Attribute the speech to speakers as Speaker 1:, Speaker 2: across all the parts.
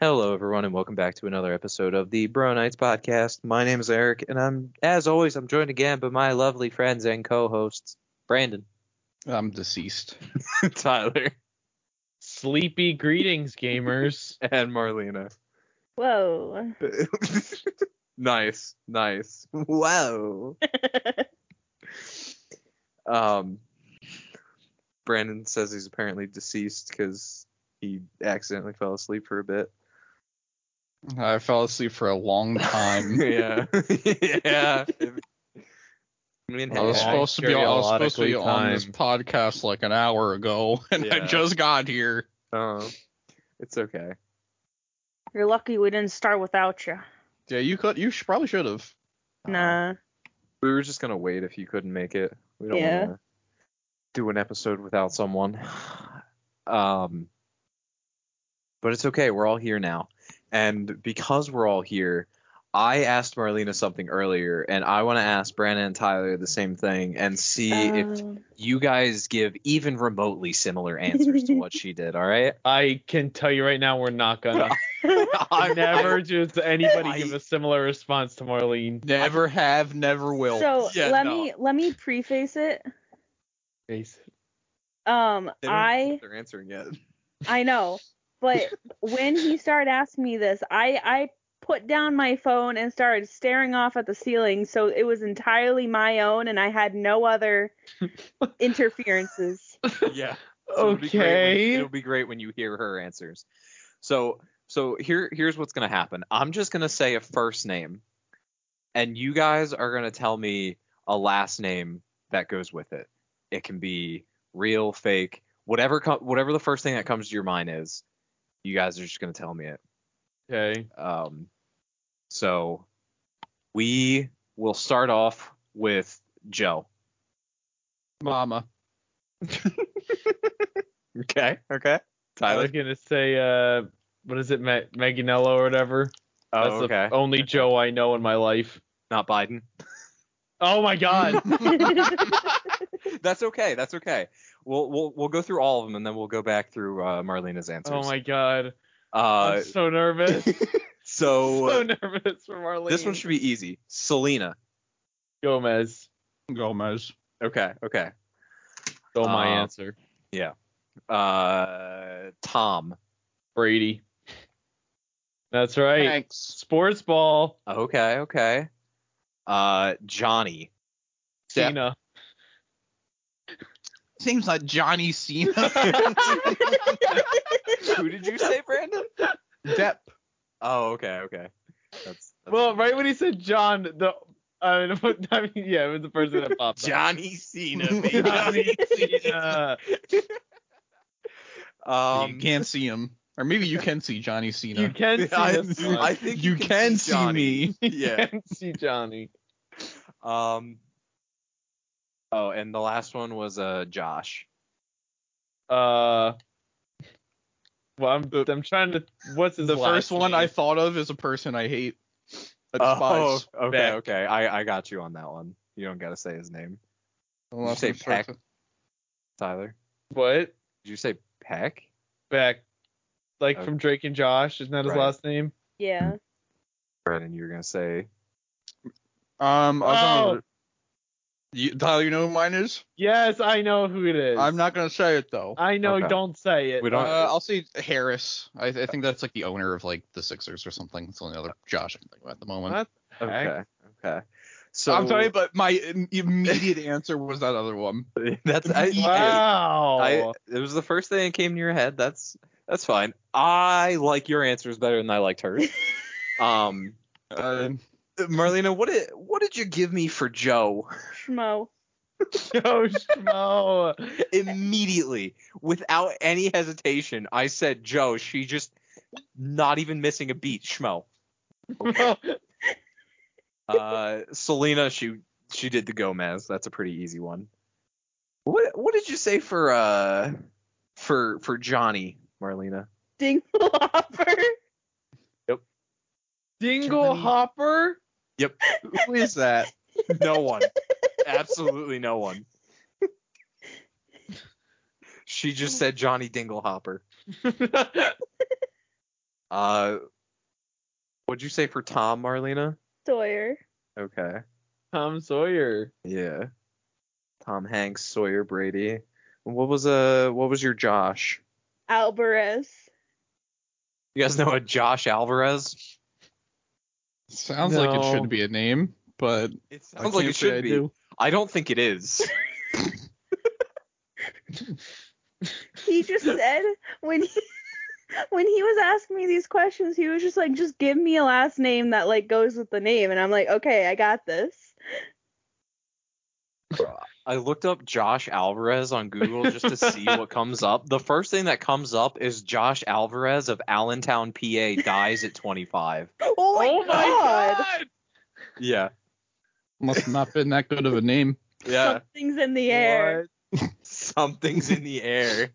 Speaker 1: Hello, everyone, and welcome back to another episode of the Bro Nights podcast. My name is Eric, and I'm, as always, I'm joined again by my lovely friends and co-hosts, Brandon,
Speaker 2: I'm deceased.
Speaker 1: Tyler,
Speaker 3: Sleepy greetings, gamers.
Speaker 1: and Marlena.
Speaker 4: Whoa.
Speaker 1: nice, nice. Wow. Um, Brandon says he's apparently deceased because he accidentally fell asleep for a bit.
Speaker 2: I fell asleep for a long time.
Speaker 1: yeah, yeah. I mean,
Speaker 2: I was
Speaker 3: Yeah,
Speaker 2: supposed to be I was supposed to be
Speaker 3: periodically
Speaker 2: on this
Speaker 3: time.
Speaker 2: podcast like an hour ago, and I
Speaker 1: Yeah.
Speaker 2: just got here.
Speaker 1: Uh, it's okay.
Speaker 4: You're lucky we didn't start without you.
Speaker 2: Yeah, you could. You should, probably should have.
Speaker 4: Nah.
Speaker 1: We were just gonna wait if you couldn't make it. We don't
Speaker 4: Yeah.
Speaker 1: wanna do an episode without someone. Um But it's okay, we're all here now. And because we're all here, I asked Marlena something earlier, and I wanna ask Brandon and Tyler the same thing and see if
Speaker 4: Um,
Speaker 1: you guys give even remotely similar answers to what she did, all right?
Speaker 3: I can tell you right now, we're not gonna. I never just anybody give a similar response to Marlene.
Speaker 2: Never have, never will.
Speaker 4: so
Speaker 2: Yeah,
Speaker 4: let
Speaker 2: no.
Speaker 4: me let me preface it.
Speaker 3: Face.
Speaker 4: Um I
Speaker 1: they're answering yet.
Speaker 4: I know. But when he started asking me this, I I put down my phone and started staring off at the ceiling, so it was entirely my own and I had no other interferences.
Speaker 1: yeah.
Speaker 3: Okay.
Speaker 1: it'll be great when you hear her answers. So so here here's what's gonna happen. I'm just gonna say a first name, and you guys are gonna tell me a last name that goes with it. It can be real, fake, whatever co- whatever the first thing that comes to your mind is. You guys are just gonna tell me it.
Speaker 3: Okay.
Speaker 1: Um, so we will start off with Joe.
Speaker 2: Mama.
Speaker 1: Okay. Okay.
Speaker 3: I
Speaker 1: Tyler.
Speaker 3: was gonna say, uh, what is it, Me- Meganello or whatever? That's
Speaker 1: Oh, okay.
Speaker 3: the only Joe I know in my life.
Speaker 1: Not Biden.
Speaker 3: Oh my God.
Speaker 1: That's okay. That's okay. We'll we'll we'll go through all of them and then we'll go back through uh, Marlena's answers.
Speaker 3: oh my God.
Speaker 1: Uh,
Speaker 3: I'm so nervous.
Speaker 1: so
Speaker 3: so nervous for Marlene.
Speaker 1: this one should be easy. Selena.
Speaker 3: Gomez.
Speaker 2: Gomez.
Speaker 1: Okay. Okay.
Speaker 3: Stole my
Speaker 1: Uh,
Speaker 3: answer.
Speaker 1: Uh, Tom.
Speaker 3: Brady. That's right.
Speaker 2: Thanks.
Speaker 3: Sports ball.
Speaker 1: Okay. Okay. Uh, Johnny.
Speaker 2: Yeah.
Speaker 3: Cena.
Speaker 2: Seems like Johnny Cena.
Speaker 1: Who did you say, Brandon?
Speaker 2: Depp.
Speaker 1: Oh, okay. Okay. That's, that's
Speaker 3: Well, right when he said John, the I mean, I mean, yeah, it was the person that popped up.
Speaker 1: Johnny Cena.
Speaker 3: Johnny Cena.
Speaker 1: um,
Speaker 2: you can't see him, or maybe you can see Johnny Cena.
Speaker 3: You can see
Speaker 1: I,
Speaker 3: this one.
Speaker 1: I think you,
Speaker 2: can, see,
Speaker 1: Johnny.
Speaker 2: me.
Speaker 1: Yeah.
Speaker 3: You can see Johnny.
Speaker 1: Um. Oh, and the last one was uh Josh.
Speaker 3: Uh, well, I'm I'm trying to. What's his
Speaker 2: The first
Speaker 3: last
Speaker 2: one I
Speaker 3: name?
Speaker 2: thought of is a person I hate. I
Speaker 1: Oh.
Speaker 2: despise.
Speaker 1: okay,
Speaker 3: Beck.
Speaker 1: okay. I I got you on that one. You don't gotta say his name,
Speaker 2: Unless
Speaker 1: say
Speaker 2: it starts
Speaker 1: Peck?
Speaker 2: with-
Speaker 1: Tyler.
Speaker 3: what
Speaker 1: Did you say Peck?
Speaker 3: back like
Speaker 1: Okay.
Speaker 3: from Drake and Josh? Isn't that his
Speaker 1: Uh, Right.
Speaker 3: last name?
Speaker 4: yeah.
Speaker 1: Brennan, you were gonna say.
Speaker 2: Um, I was on-
Speaker 3: Oh.
Speaker 2: You, Tyler, you know who mine is?
Speaker 3: Yes, I know who it is.
Speaker 2: I'm not gonna say it though.
Speaker 3: I know.
Speaker 1: Okay.
Speaker 3: Don't say it.
Speaker 1: We
Speaker 2: Uh,
Speaker 1: don't-
Speaker 2: I'll say Harris. I, I think that's like the owner of like the Sixers or something. It's the only other Josh I can think of at the moment.
Speaker 3: What?
Speaker 1: Okay.
Speaker 3: Heck.
Speaker 1: Okay. So
Speaker 2: I'm sorry, but my im- immediate answer was that other one.
Speaker 1: that's I, I,
Speaker 3: Wow.
Speaker 1: I- It was the first thing that came to your head. That's that's fine. I like your answers better than I liked hers. um,
Speaker 2: Uh,
Speaker 1: Marlena, what did what did you give me for Joe?
Speaker 4: Schmo.
Speaker 3: Joe Schmo.
Speaker 1: immediately without any hesitation i said joe she just not even missing a beat schmo uh selena she she did the gomez that's a pretty easy one what what did you say for uh for for johnny marlena
Speaker 4: Dinglehopper.
Speaker 3: Dingle
Speaker 2: Johnny.
Speaker 3: Hopper.
Speaker 2: who is that?
Speaker 1: no one absolutely no one she just said johnny dinglehopper Uh, what'd you say for Tom, Marlena?
Speaker 4: Sawyer.
Speaker 1: Okay.
Speaker 3: Tom Sawyer.
Speaker 1: Yeah. Tom Hanks, Sawyer Brady. What was uh what was your Josh?
Speaker 4: Alvarez.
Speaker 1: You guys know a Josh Alvarez?
Speaker 2: Sounds like it
Speaker 3: No.
Speaker 2: should be a name, but
Speaker 1: It
Speaker 2: I
Speaker 1: sounds like
Speaker 2: can't
Speaker 1: it
Speaker 2: say I
Speaker 1: should be.
Speaker 2: do.
Speaker 1: I don't think it is.
Speaker 4: He just said when he when he was asking me these questions, he was just like, just give me a last name that like goes with the name, and I'm like, okay, I got this.
Speaker 1: I looked up Josh Alvarez on Google just to see what comes up. The first thing that comes up is Josh Alvarez of Allentown, PA dies at 25.
Speaker 4: Oh my, god.
Speaker 1: Yeah.
Speaker 2: must have not been that good of a name.
Speaker 1: Yeah.
Speaker 4: Something's in the air.
Speaker 1: Something's in the air.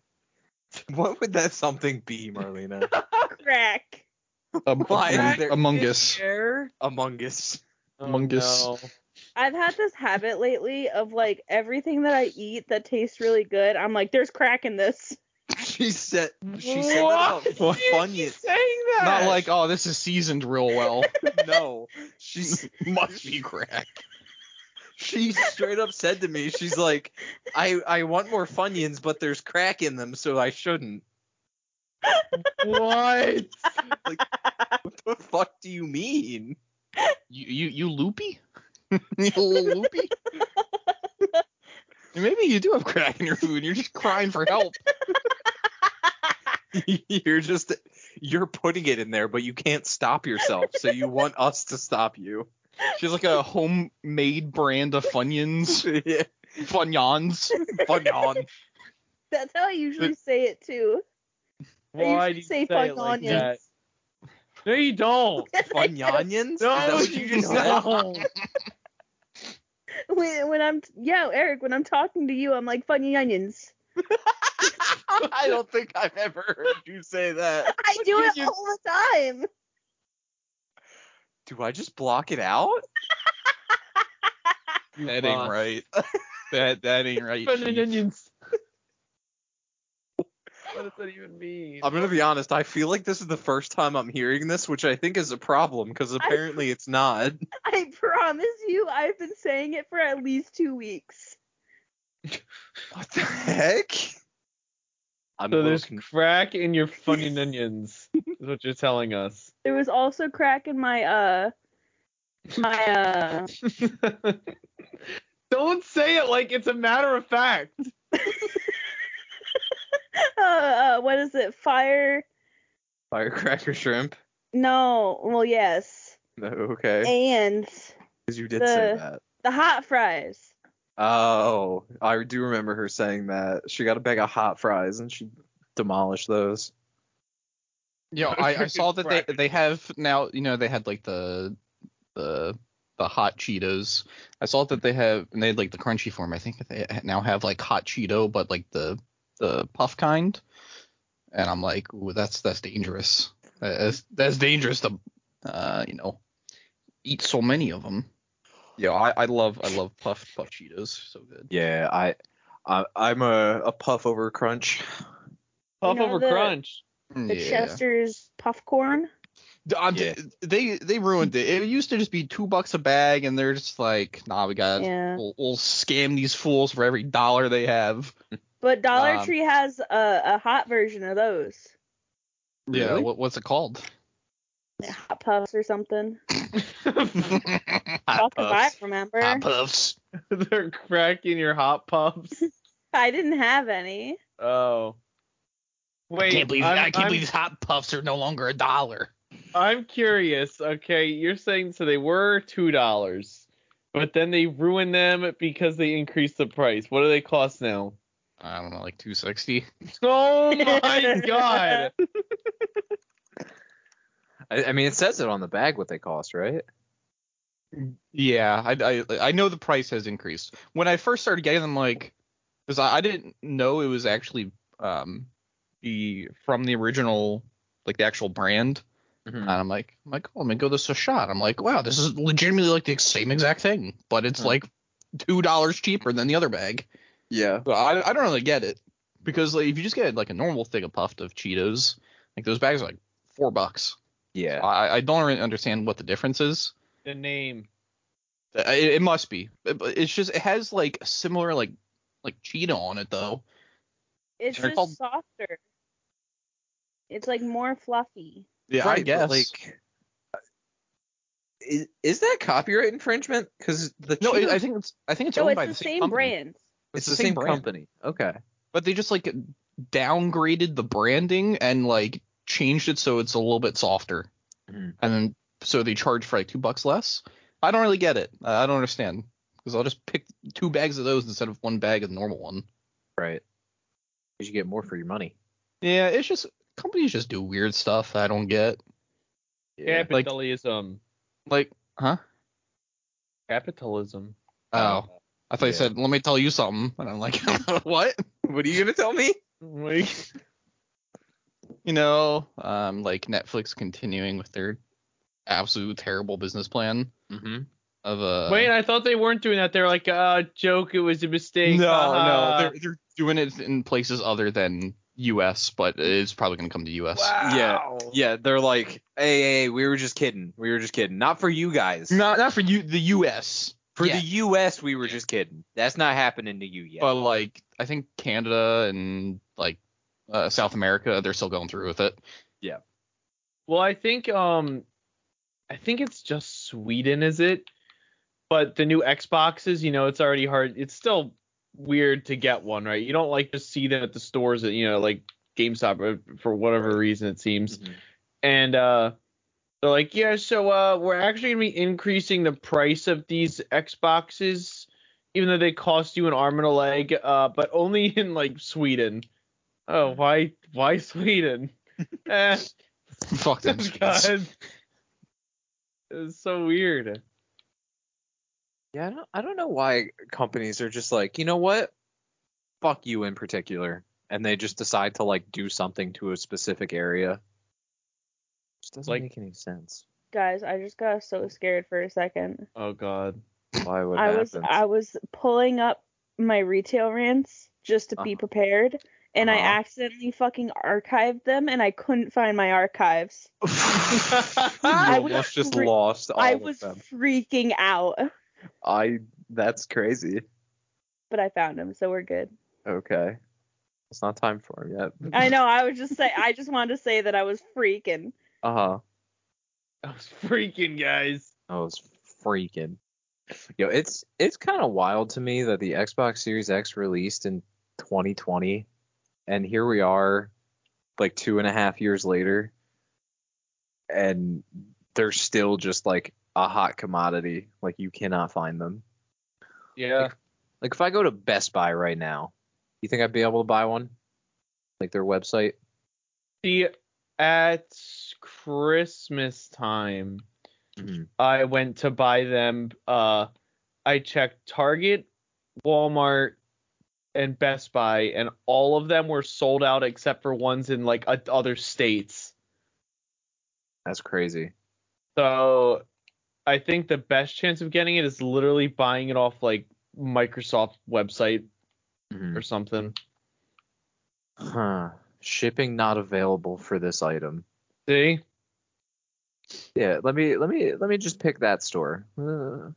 Speaker 1: What would that something be, Marlena?
Speaker 4: Crack.
Speaker 2: Um,
Speaker 1: Why is there-
Speaker 2: Among Us.
Speaker 1: Air? Among Us.
Speaker 3: Oh,
Speaker 2: Mungus.
Speaker 3: no.
Speaker 4: I've had this habit lately of like everything that I eat that tastes really good, I'm like, there's crack in this.
Speaker 1: She said she said that about
Speaker 3: Why is she
Speaker 1: Funyuns.
Speaker 3: saying that?
Speaker 2: Not like, oh, this is seasoned real well.
Speaker 1: No. She
Speaker 2: Must be crack.
Speaker 1: she straight up said to me, she's like, I I want more Funyuns, but there's crack in them, so I shouldn't.
Speaker 3: what?
Speaker 1: What the fuck do you mean?
Speaker 2: You you, you loopy? you little loopy? Maybe you do have crack in your food. You're just crying for help.
Speaker 1: you're just you're putting it in there, but you can't stop yourself, so you want us to stop you.
Speaker 2: She's like a homemade brand of Funyuns.
Speaker 1: yeah.
Speaker 2: Funyuns.
Speaker 1: Funyon.
Speaker 4: That's how I usually say it too. I
Speaker 3: Why do
Speaker 4: usually
Speaker 3: you
Speaker 4: say
Speaker 3: say
Speaker 4: fuck
Speaker 3: it like
Speaker 4: onions.
Speaker 3: that? No, you don't.
Speaker 1: Funyanyans? Is that
Speaker 3: No,
Speaker 1: what you just said?
Speaker 3: don't.
Speaker 4: When, when I'm yeah, Eric, when I'm talking to you, I'm like funny onions.
Speaker 1: I don't think I've ever heard you say that.
Speaker 4: I do it all the time.
Speaker 1: Do I just block it out?
Speaker 2: That ain't
Speaker 3: fuck.
Speaker 2: right. That that ain't right.
Speaker 3: Fucking
Speaker 2: Chief.
Speaker 3: onions. What does that even mean?
Speaker 1: I'm gonna be honest. I feel like this is the first time I'm hearing this, which I think is a problem because apparently it's not.
Speaker 4: I promise you, I've been saying it for at least two weeks.
Speaker 1: What the heck? I'm a
Speaker 3: so
Speaker 1: little
Speaker 3: there's
Speaker 1: con-
Speaker 3: crack in your fucking onions, is what you're telling us.
Speaker 4: There was also crack in my uh my uh
Speaker 3: Don't say it like it's a matter of fact.
Speaker 4: uh, uh what is it? Fire?
Speaker 1: firecracker shrimp.
Speaker 4: No, well yes,
Speaker 1: No, okay,
Speaker 4: and
Speaker 1: because you did say
Speaker 4: the-
Speaker 1: that.
Speaker 4: the hot fries.
Speaker 1: Oh, I do remember her saying that. She got a bag of hot fries and she demolished those.
Speaker 2: Yeah, I, I saw that they they have now. You know, they had like the the the hot Cheetos. I saw that they have and they had like the crunchy form. I think that they now have like hot Cheeto, but like the the puff kind. And I'm like, ooh, that's that's dangerous. That's that's dangerous to uh you know eat so many of them. Yeah, I, I love I love puff puff Cheetos. So good.
Speaker 1: Yeah, I, I I'm a, a puff over crunch.
Speaker 3: Puff
Speaker 4: know
Speaker 3: over
Speaker 4: the-
Speaker 3: crunch.
Speaker 2: Mm,
Speaker 4: The Chester's puff corn.
Speaker 2: D- I'm
Speaker 1: Yeah.
Speaker 2: They they ruined it. It used to just be two bucks a bag, and they're just like, nah, we got
Speaker 4: Yeah.
Speaker 2: we'll, we'll scam these fools for every dollar they have.
Speaker 4: But Dollar
Speaker 2: Um,
Speaker 4: Tree has a, a hot version of those.
Speaker 2: Yeah,
Speaker 1: Really?
Speaker 2: what, what's it called?
Speaker 4: Hot puffs or something.
Speaker 2: Hot
Speaker 4: Fuck if I remember.
Speaker 2: Hot puffs.
Speaker 3: They're cracking your hot puffs.
Speaker 4: I didn't have any.
Speaker 3: Oh. Wait,
Speaker 2: Can't believe
Speaker 3: I'm,
Speaker 2: I can't
Speaker 3: I'm-
Speaker 2: believe these hot puffs are no longer a dollar.
Speaker 3: I'm curious. Okay, you're saying so they were two dollars, but then they ruined them because they increased the price. What do they cost now?
Speaker 2: I don't know, like two sixty.
Speaker 3: Oh my god!
Speaker 1: I, I mean, it says it on the bag what they cost, right?
Speaker 2: Yeah, I, I I know the price has increased. When I first started getting them, like, because I, I didn't know it was actually um the from the original like the actual brand.
Speaker 1: Mhm.
Speaker 2: And I'm like, I'm like, oh, let me go this a shot. I'm like, wow, this is legitimately like the same exact thing, but it's
Speaker 1: Huh.
Speaker 2: like two dollars cheaper than the other bag.
Speaker 1: Yeah.
Speaker 2: So I, I don't really get it because like if you just get like a normal thing of puffed of Cheetos, like those bags are like four bucks.
Speaker 1: Yeah.
Speaker 2: I, I don't really understand what the difference is.
Speaker 3: The name.
Speaker 2: Uh, It, it must be. It- but it's just it has like a similar like like cheetah on it though.
Speaker 4: It's
Speaker 2: They're
Speaker 4: just
Speaker 2: called-
Speaker 4: softer. It's like more fluffy.
Speaker 2: Yeah,
Speaker 1: right,
Speaker 2: I guess.
Speaker 1: But like, is, is that copyright infringement? Because the
Speaker 2: no, it,
Speaker 1: cheetah-
Speaker 2: I think it's I think it's
Speaker 4: No,
Speaker 2: owned
Speaker 4: it's
Speaker 2: by
Speaker 4: the
Speaker 2: same,
Speaker 4: same
Speaker 2: company,
Speaker 4: brand.
Speaker 1: it's, the, same,
Speaker 2: brand.
Speaker 1: company. Okay.
Speaker 2: but they just like downgraded the branding and like changed it so it's a little bit softer.
Speaker 1: Mhm.
Speaker 2: And then so they charge for like two bucks less. I don't really get it. I I don't understand because I'll just pick two bags of those instead of one bag of the normal one.
Speaker 1: Right. 'Cause you get more for your money.
Speaker 2: Yeah, it's just companies just do weird stuff that I don't get. like-
Speaker 3: Capitalism.
Speaker 2: Like, huh?
Speaker 3: Capitalism.
Speaker 2: Oh, I thought you
Speaker 1: Yeah.
Speaker 2: said, "Let me tell you something," and I'm like, "What?"
Speaker 1: What are you gonna tell me?
Speaker 3: Like,
Speaker 2: You know, um, like Netflix continuing with their absolute terrible business plan
Speaker 1: Mm-hmm.
Speaker 2: of uh.
Speaker 3: Wait, I thought they weren't doing that. They're like, uh, joke. It was a mistake.
Speaker 2: No,
Speaker 3: haha."
Speaker 2: no, they're, they're doing it in places other than U.S., but it's probably gonna come to U.S.
Speaker 3: Wow.
Speaker 1: Yeah, they're like, hey, hey, hey, we were just kidding. We were just kidding. Not for you guys.
Speaker 2: Not not for you, the U.S.
Speaker 1: for
Speaker 2: yeah.
Speaker 1: the U.S., we were just kidding. That's not happening to you yet.
Speaker 2: But like, I think Canada and like uh, South America, they're still going through with it.
Speaker 3: Well, I think um, I think it's just Sweden, is it? But the new Xboxes, you know, it's already hard. It's still weird to get one, right? You don't like just see them at the stores that you know, like GameStop or for whatever reason it seems.
Speaker 1: Mhm.
Speaker 3: And uh, they're like, yeah, so uh, we're actually gonna be increasing the price of these Xboxes, even though they cost you an arm and a leg, uh, but only in like Sweden. Oh, why, why Sweden? Eh.
Speaker 2: Fuck them. Swedes.
Speaker 3: God. It's so weird.
Speaker 1: Yeah, I don't, I don't know why companies are just like, you know what? Fuck you in particular. And they just decide to like do something to a specific area. Just doesn't
Speaker 3: Like-
Speaker 1: make any sense.
Speaker 4: Guys, I just got so scared for a second.
Speaker 3: Oh God.
Speaker 1: Why would
Speaker 4: I
Speaker 1: that
Speaker 4: was
Speaker 1: happen?
Speaker 4: I was pulling up my retail rants just to be
Speaker 1: Uh-huh.
Speaker 4: prepared, and I
Speaker 1: Uh-huh.
Speaker 4: accidentally fucking archived them, and I couldn't find my archives. I was
Speaker 1: Almost just
Speaker 4: fre-
Speaker 1: lost all
Speaker 4: I
Speaker 1: of
Speaker 4: was
Speaker 1: them.
Speaker 4: freaking out,
Speaker 1: I that's crazy.
Speaker 4: but I found them, so we're good.
Speaker 1: Okay. It's not time for him yet.
Speaker 4: I know. I was just say I just wanted to say that I was freaking.
Speaker 1: Uh huh.
Speaker 3: I was freaking guys.
Speaker 1: I was freaking. Yo, it's it's kind of wild to me that the Xbox Series X released in 2020, and here we are, like two and a half years later, and they're still just like a hot commodity. Like you cannot find them.
Speaker 3: Yeah.
Speaker 1: Like if I go to Best Buy right now, you think I'd be able to buy one? Like their website?
Speaker 3: See, at Christmas time, I went to buy them. Uh, I checked Target, Walmart, and Best Buy, and all of them were sold out except for ones in like o- other states.
Speaker 1: That's crazy.
Speaker 3: So I think the best chance of getting it is literally buying it off like Microsoft website
Speaker 1: Mhm.
Speaker 3: or something.
Speaker 1: Huh. Shipping not available for this item.
Speaker 3: See?
Speaker 1: Yeah, let me let me let me just pick that store. Uh,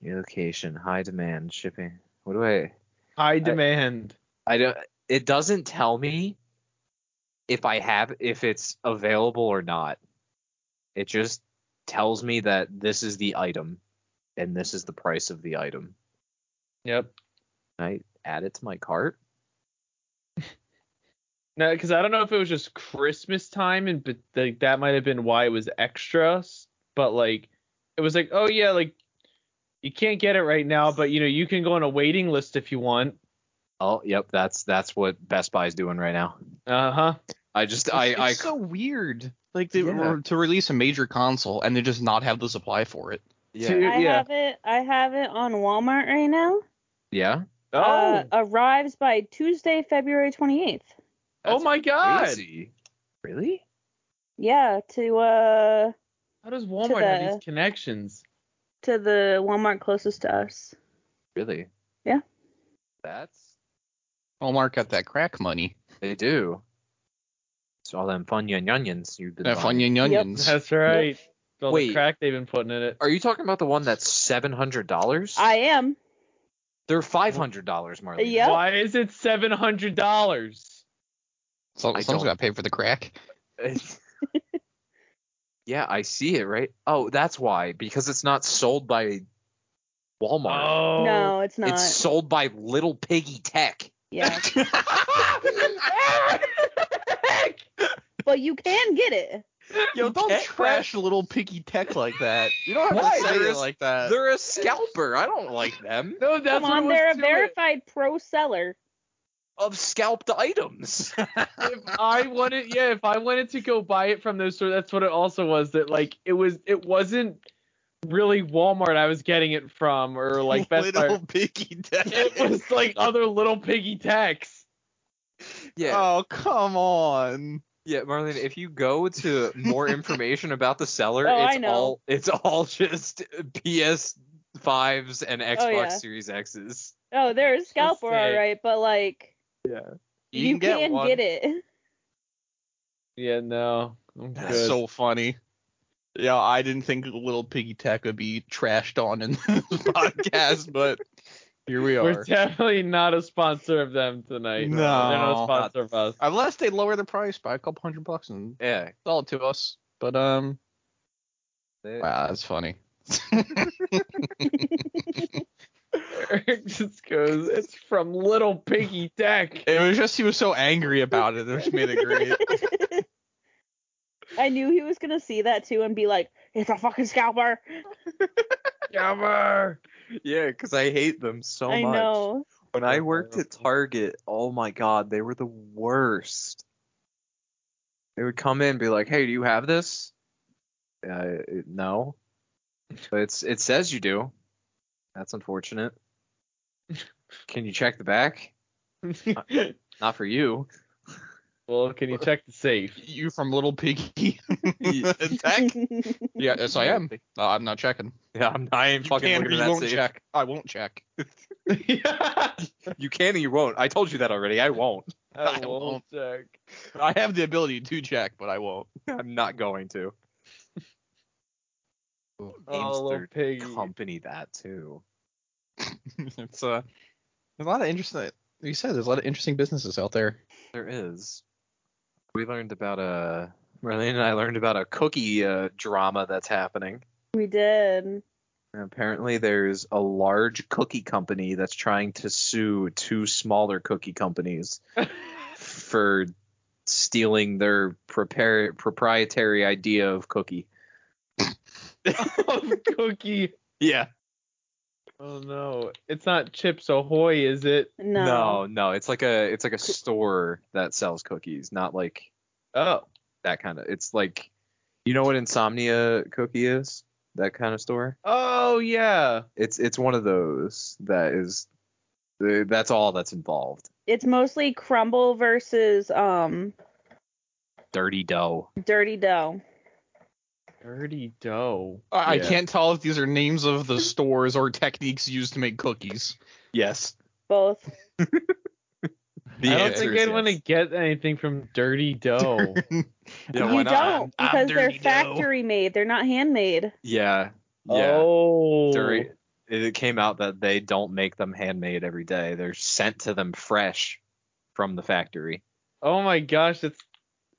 Speaker 1: New location, high demand, shipping. What do I?
Speaker 3: High demand.
Speaker 1: I don't. It doesn't tell me if I have if it's available or not. It just tells me that this is the item, and this is the price of the item.
Speaker 3: yep.
Speaker 1: Can I add it to my cart.
Speaker 3: No, because I don't know if it was just Christmas time, and but like that might have been why it was extras. But like, it was like, oh yeah, like you can't get it right now, but you know you can go on a waiting list if you want.
Speaker 1: Oh, yep. That's that's what Best Buy's doing right now.
Speaker 3: Uh huh.
Speaker 1: I just
Speaker 2: It's,
Speaker 1: I
Speaker 2: it's
Speaker 1: I
Speaker 2: so weird. Like they
Speaker 1: Yeah.
Speaker 2: were to release a major console and they just not have the supply for it.
Speaker 1: yeah
Speaker 4: I
Speaker 3: Yeah.
Speaker 4: have it. I have it on Walmart right now.
Speaker 1: yeah.
Speaker 3: Oh,
Speaker 4: Uh, arrives by Tuesday, February 28th.
Speaker 3: oh
Speaker 1: that's
Speaker 3: my God!
Speaker 1: Crazy. Really?
Speaker 4: Yeah, to uh
Speaker 3: How does Walmart have
Speaker 4: the-
Speaker 3: these connections?
Speaker 4: to the Walmart closest to us.
Speaker 1: Really?
Speaker 4: Yeah.
Speaker 1: That's
Speaker 2: Walmart got that crack money.
Speaker 1: they do. It's all them Funyun Yunyuns you've been
Speaker 2: That
Speaker 1: buying.
Speaker 2: Funyun Yunyuns.
Speaker 3: That's right. All
Speaker 1: Wait.
Speaker 3: the crack they've been putting in it.
Speaker 1: Are you talking about the one that's seven hundred dollars?
Speaker 4: I am.
Speaker 1: They're five hundred dollars, Marley.
Speaker 4: Yep.
Speaker 3: Why is it seven hundred dollars?
Speaker 2: So,
Speaker 1: I
Speaker 2: someone's
Speaker 1: don't-
Speaker 2: got to pay for the crack.
Speaker 1: yeah, I see it, right? Oh, that's why. Because it's not sold by Walmart.
Speaker 3: Oh
Speaker 4: no, it's not.
Speaker 1: it's sold by Little Piggy Tech.
Speaker 4: Yeah. but you can get it.
Speaker 2: Yo, don't
Speaker 1: Cat
Speaker 2: trash little piggy tech like that. You don't have
Speaker 1: Why?
Speaker 2: to say
Speaker 1: There
Speaker 2: it
Speaker 1: is-
Speaker 2: like that.
Speaker 1: They're a scalper. I don't like them.
Speaker 3: No, that's
Speaker 4: Come on,
Speaker 3: what
Speaker 4: they're a
Speaker 3: it was to it.
Speaker 4: verified pro seller.
Speaker 1: Of scalped items.
Speaker 3: if I wanted, yeah, if I wanted to go buy it from those stores, that's what it also was. That like it was, it wasn't really Walmart I was getting it from, or like Best Buy.
Speaker 2: little piggy tech.
Speaker 3: It was like other little piggy techs.
Speaker 1: yeah.
Speaker 2: Oh come on.
Speaker 1: Yeah, Marlene, if you go to more information about the seller,
Speaker 4: Oh, I
Speaker 1: it's
Speaker 4: know.
Speaker 1: all it's all just PS5s and Xbox
Speaker 4: Oh, yeah.
Speaker 1: Series Xs.
Speaker 4: Oh, they're a scalper,
Speaker 3: sick.
Speaker 4: all right, but like
Speaker 2: You, can, get one.
Speaker 4: get it.
Speaker 3: Yeah, no, I'm
Speaker 2: That's
Speaker 3: good.
Speaker 2: so funny. Yeah, I didn't think little piggy tech would be trashed on in this podcast, but here we
Speaker 3: We're
Speaker 2: are.
Speaker 3: definitely not a sponsor of them tonight.
Speaker 2: No.
Speaker 3: they're not a sponsor of us.
Speaker 2: Unless they lower the price by a couple hundred bucks and
Speaker 1: Yeah.
Speaker 2: sell it to us. But um,
Speaker 1: they-
Speaker 2: wow, that's funny.
Speaker 3: Eric just goes, it's from Little Piggy Tech.
Speaker 2: It was just he was so angry about it, which made it great.
Speaker 4: I knew he was gonna see that too and be like, "It's a fucking scalper."
Speaker 3: Cover.
Speaker 1: Yeah, because I hate them so
Speaker 4: I
Speaker 1: much.
Speaker 4: know.
Speaker 1: When I worked at Target, oh my god, they were the worst. They would come in and be like, "Hey, do you have this?" Uh, it- no. But it's it says you do. That's unfortunate. Can you check the back? Not for you.
Speaker 3: well, can you check the safe?
Speaker 2: You from Little Piggy
Speaker 1: yeah,
Speaker 2: Tech? Yeah, yes I am. Uh, I'm not checking.
Speaker 1: I'm, I ain't
Speaker 2: You
Speaker 1: fucking
Speaker 2: can,
Speaker 1: looking
Speaker 2: you
Speaker 1: at that
Speaker 2: won't
Speaker 1: safe.
Speaker 2: check. I won't check.
Speaker 1: You can and you won't. I told you that already. I won't.
Speaker 3: I
Speaker 2: I
Speaker 3: won't
Speaker 2: won't.
Speaker 3: check.
Speaker 2: I have the ability to check, but I won't.
Speaker 1: I'm not going to.
Speaker 2: Um,
Speaker 3: Oh, little
Speaker 1: Gamester
Speaker 3: piggy.
Speaker 1: Company that too.
Speaker 2: it's uh, there's a lot of interesting. You said there's a lot of interesting businesses out there.
Speaker 1: There is. We learned about a. Marlene and I learned about a cookie uh, drama that's happening.
Speaker 4: We did.
Speaker 1: And apparently, there's a large cookie company that's trying to sue two smaller cookie companies for stealing their prepar- proprietary idea of cookie.
Speaker 3: Oh, cookie.
Speaker 1: Yeah.
Speaker 3: Oh no, it's not Chips Ahoy, is it?
Speaker 4: No.
Speaker 1: no, no, it's like a it's like a store that sells cookies, not like
Speaker 3: Oh,
Speaker 1: that kind of it's like you know what insomnia cookie is that kind of store
Speaker 3: oh yeah.
Speaker 1: it's it's one of those that is uh, that's all that's involved
Speaker 4: It's mostly crumble versus um
Speaker 1: dirty dough
Speaker 4: dirty dough.
Speaker 3: Dirty dough.
Speaker 2: I, I
Speaker 1: Yeah.
Speaker 2: can't tell if these are names of the stores or techniques used to make cookies.
Speaker 1: yes
Speaker 4: Both.
Speaker 1: the
Speaker 3: I don't
Speaker 1: answer
Speaker 3: think
Speaker 1: is
Speaker 3: I'd want to
Speaker 1: yes.
Speaker 3: get anything from Dirty Dough.
Speaker 1: yeah, why not?
Speaker 4: you don't because they're factory made. They're not handmade.
Speaker 1: yeah yeah
Speaker 3: Oh.
Speaker 1: dirty it it came out that they don't make them handmade every day they're sent to them fresh from the factory
Speaker 3: Oh my gosh, it's.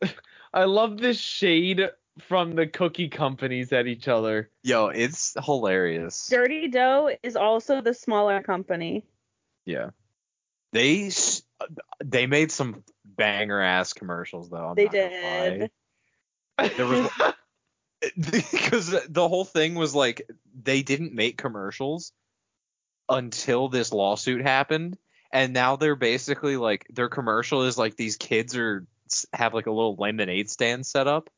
Speaker 3: I love this shade from the cookie companies at each other.
Speaker 1: yo it's hilarious
Speaker 4: Dirty dough is also the smaller company.
Speaker 1: yeah they s- they made some banger ass commercials though I'm
Speaker 4: They
Speaker 1: not gonna lie.
Speaker 4: did.
Speaker 1: There was because the whole thing was like they didn't make commercials until this lawsuit happened, and now they're basically like their commercial is like these kids are have like a little lemonade stand set up,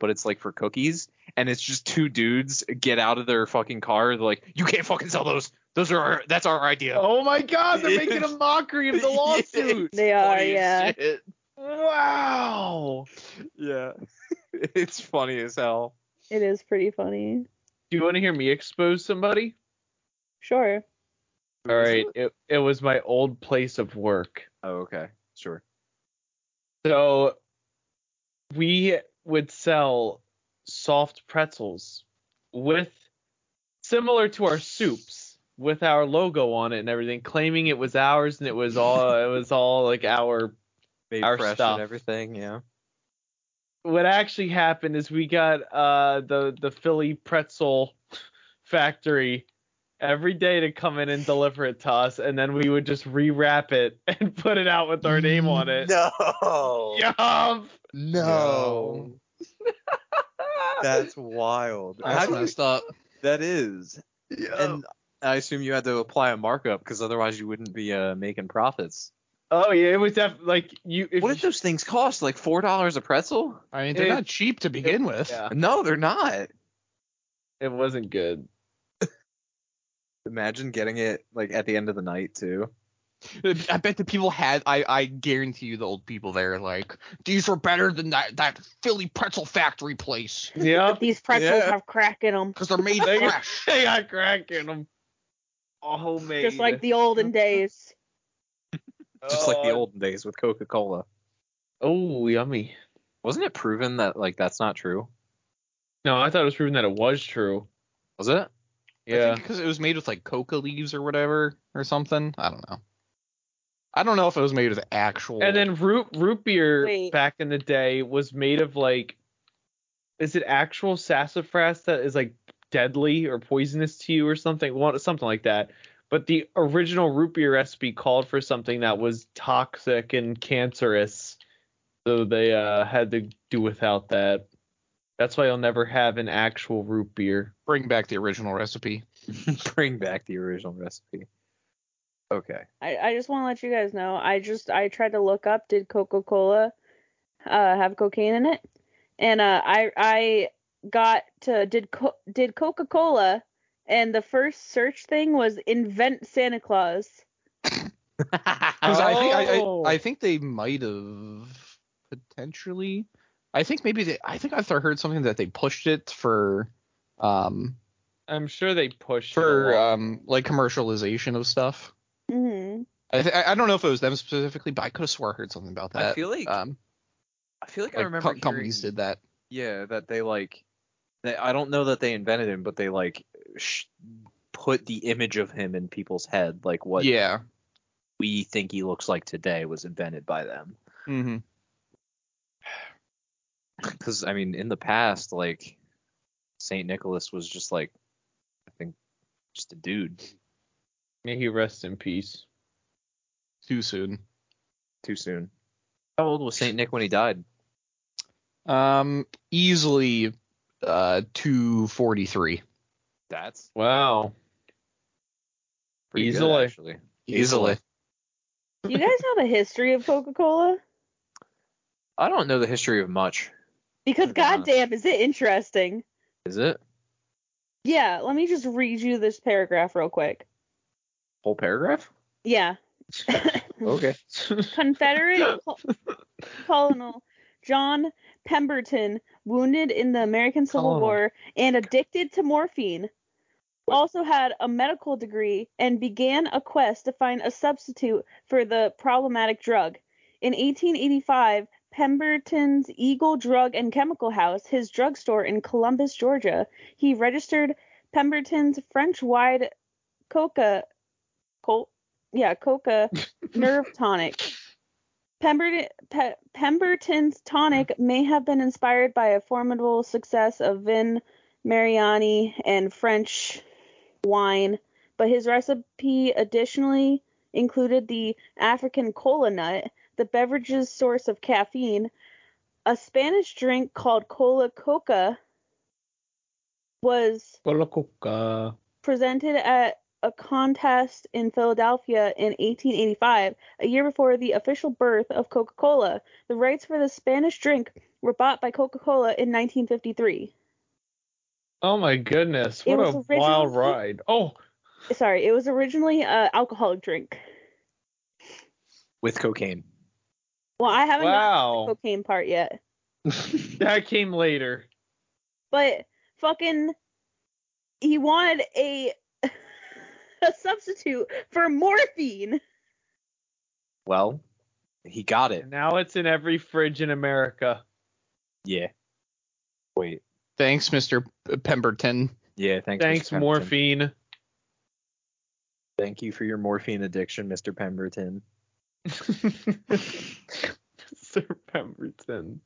Speaker 1: but it's like for cookies, and it's just two dudes get out of their fucking car. They're like, you can't fucking sell those. Those are our, that's our idea.
Speaker 3: oh my god, they're making a mockery of the lawsuit.
Speaker 4: They are,
Speaker 1: Funny as
Speaker 4: yeah.
Speaker 1: shit.
Speaker 3: Wow.
Speaker 1: Yeah. it's funny as hell.
Speaker 4: It is pretty funny.
Speaker 3: Do you want to hear me expose somebody?
Speaker 4: Sure.
Speaker 3: All right. It, it was my old place of work.
Speaker 1: Oh, okay. Sure.
Speaker 3: So we would sell soft pretzels with similar to our soups with our logo on it and everything, claiming it was ours and it was all it was all like our
Speaker 1: Made
Speaker 3: Our
Speaker 1: fresh
Speaker 3: stuff.
Speaker 1: and everything. Yeah.
Speaker 3: what actually happened is we got uh the the Philly pretzel factory every day to come in and deliver it to us and then we would just rewrap it and put it out with our name on it.
Speaker 1: No.
Speaker 3: Yup.
Speaker 2: No.
Speaker 1: That's wild. How
Speaker 2: That's
Speaker 1: do you-
Speaker 2: messed up.
Speaker 1: that is.
Speaker 2: Yeah.
Speaker 1: And I assume you had to apply a markup because otherwise you wouldn't be uh, making profits.
Speaker 3: Oh yeah, it was def- like you if
Speaker 1: What did
Speaker 3: you,
Speaker 1: those things cost? Like four dollars a pretzel?
Speaker 2: I mean, they're
Speaker 3: It-
Speaker 2: not cheap to begin with.
Speaker 3: yeah.
Speaker 1: No, they're not.
Speaker 3: it wasn't good.
Speaker 1: Imagine getting it like at the end of the night too.
Speaker 2: I bet the people had. I, I guarantee you, the old people there are like these were better than that that Philly pretzel factory place
Speaker 4: But
Speaker 3: Yep.
Speaker 4: these pretzels
Speaker 1: Yeah.
Speaker 4: have crack in them,
Speaker 2: because they're made
Speaker 3: They-
Speaker 2: fresh.
Speaker 3: they got crack in them. All homemade.
Speaker 4: just like the olden days.
Speaker 1: Just like the
Speaker 3: Oh.
Speaker 1: olden days with Coca Cola.
Speaker 3: Oh, yummy.
Speaker 1: Wasn't it proven that like that's not true?
Speaker 3: No, I thought it was proven that it was true.
Speaker 1: Was it?
Speaker 3: Yeah.
Speaker 2: because it was made with like coca leaves or whatever or something. I don't know. I don't know if it was made with actual.
Speaker 3: And then root root beer
Speaker 4: Wait.
Speaker 3: back in the day was made of like, is it actual sassafras that is like deadly or poisonous to you or something? One something like that. But the original root beer recipe called for something that was toxic and cancerous, so they uh, had to do without that. That's why you'll never have an actual root beer.
Speaker 2: bring back the original recipe.
Speaker 1: Bring back the original recipe. Okay.
Speaker 4: I, I just want to let you guys know. I just I tried to look up did Coca Cola uh, have cocaine in it, and uh, I I got to did co- did Coca Cola, and the first search thing was invent Santa Claus.
Speaker 2: 'Cause I think I,
Speaker 3: Oh.
Speaker 2: I, I think they might have potentially. I think maybe they. I think I've heard something that they pushed it for, um,
Speaker 3: I'm sure they pushed it
Speaker 2: for
Speaker 1: uh,
Speaker 3: along.
Speaker 2: um, like commercialization of stuff.
Speaker 4: hmm
Speaker 2: I, th- I I don't know if it was them specifically, but I could have swore I heard something about that.
Speaker 1: I feel like
Speaker 2: um,
Speaker 1: I feel like, I
Speaker 2: like
Speaker 1: remember
Speaker 2: co- companies
Speaker 1: hearing-
Speaker 2: did that.
Speaker 1: Yeah, that they like. They, I don't know that they invented him, but they like sh- put the image of him in people's head, like what
Speaker 2: Yeah.
Speaker 1: we think he looks like today was invented by them.
Speaker 2: Mm-hmm.
Speaker 1: Because I mean, in the past, like Saint Nicholas was just like, I think, just a dude.
Speaker 3: May he rest in peace.
Speaker 2: Too soon.
Speaker 1: Too soon. How old was Saint Nick when he died?
Speaker 2: Um, easily, uh, two forty three.
Speaker 1: That's
Speaker 3: Wow.
Speaker 1: pretty
Speaker 3: Easily.
Speaker 1: good, actually. Easily.
Speaker 4: You guys know the history of Coca Cola
Speaker 1: I don't know the history of much.
Speaker 4: because
Speaker 1: Oh, gosh.
Speaker 4: goddamn is it interesting.
Speaker 1: Is it
Speaker 4: Yeah, let me just read you this paragraph real quick.
Speaker 1: whole paragraph?
Speaker 4: Yeah.
Speaker 1: Okay.
Speaker 4: Confederate col- colonel John Pemberton, wounded in the American Civil
Speaker 3: Colonel.
Speaker 4: War and addicted to morphine, also had a medical degree and began a quest to find a substitute for the problematic drug. In 1885, Pemberton's Eagle Drug and Chemical House, his drugstore in Columbus, Georgia, he registered Pemberton's French wide coca col- yeah, coca nerve tonic. Pemberton, Pe- Pemberton's tonic may have been inspired by a formidable success of Vin Mariani and French wine, but his recipe additionally included the African cola nut, the beverage's source of caffeine, a Spanish drink called cola coca was
Speaker 1: uh,
Speaker 4: presented at a contest in Philadelphia in 1885, a year before the official birth of Coca Cola. The rights for the Spanish drink were bought by Coca Cola in 1953.
Speaker 3: Oh my goodness,
Speaker 4: It
Speaker 3: what a
Speaker 4: was
Speaker 3: wild
Speaker 4: originally-
Speaker 3: ride. Oh,
Speaker 4: Sorry, it was originally an alcoholic drink.
Speaker 1: With cocaine.
Speaker 4: Well, I haven't gotten to the
Speaker 3: wow.
Speaker 4: cocaine part yet,
Speaker 3: That came later.
Speaker 4: but fucking, he wanted a a substitute for morphine.
Speaker 1: Well, he got it.
Speaker 3: Now it's in every fridge in America.
Speaker 1: Yeah. Wait.
Speaker 2: Thanks, Mr. P- Pemberton.
Speaker 1: Yeah. Thanks.
Speaker 3: Thanks,
Speaker 1: Mr. Pemberton.
Speaker 3: morphine.
Speaker 1: Thank you for your morphine addiction, Mr. Pemberton.
Speaker 3: Mr. Pemberton.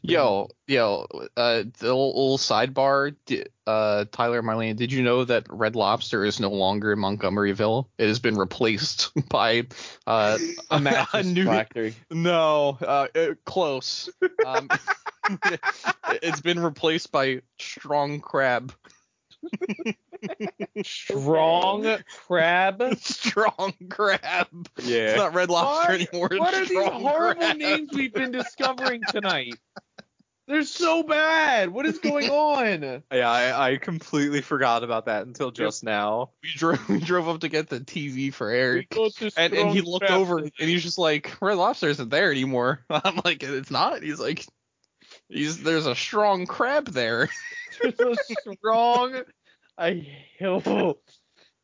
Speaker 2: Yo, yo, uh, the little, little sidebar, di- uh, Tyler Marlene, did you know that Red Lobster is no longer in Montgomeryville? It has been replaced by uh,
Speaker 3: A mattress
Speaker 2: new-
Speaker 3: factory.
Speaker 2: no, uh, uh, close. Um, it's been replaced by Strong Crab.
Speaker 3: Strong crab.
Speaker 2: Strong Crab. It's
Speaker 1: Yeah.
Speaker 2: not Red Lobster anymore. it's
Speaker 3: What are these
Speaker 2: Strong
Speaker 3: horrible
Speaker 2: Crab.
Speaker 3: names we've been discovering tonight? They're so bad. What is going on?
Speaker 1: Yeah, I, I completely forgot about that until just now.
Speaker 2: We drove, we drove up to get the TV for air. And, and he looked
Speaker 3: Strong
Speaker 2: over
Speaker 3: crab.
Speaker 2: and he's just like, Red Lobster isn't there anymore. I'm like, it's not. He's like, he's, there's a strong crab there.
Speaker 3: There's a strong. I oh,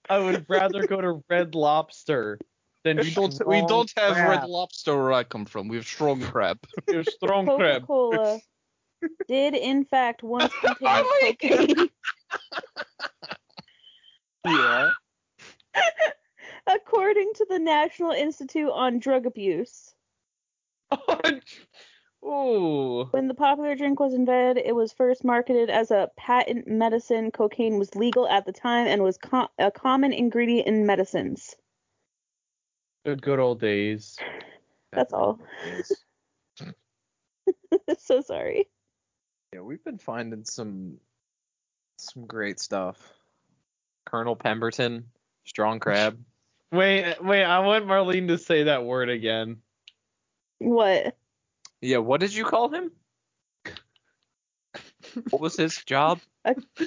Speaker 3: I would rather go to Red Lobster than
Speaker 2: We don't, we don't have Red Lobster where I come from. We have strong crab.
Speaker 3: Lobster. Strong
Speaker 4: Coca
Speaker 3: crab.
Speaker 4: Cola did, in fact, once contain
Speaker 2: like
Speaker 4: cocaine.
Speaker 1: Yeah.
Speaker 4: according to the National Institute on Drug Abuse.
Speaker 3: Ooh.
Speaker 4: When the popular drink was invented, it was first marketed as a patent medicine. Cocaine was legal at the time and was co- a common ingredient in medicines.
Speaker 3: The good old days.
Speaker 4: That's all. so sorry.
Speaker 1: Yeah, we've been finding some some great stuff. Colonel Pemberton, strong crab.
Speaker 3: Wait, wait. I want Marlene to say that word again.
Speaker 4: What?
Speaker 1: Yeah, what did you call him? What was his job?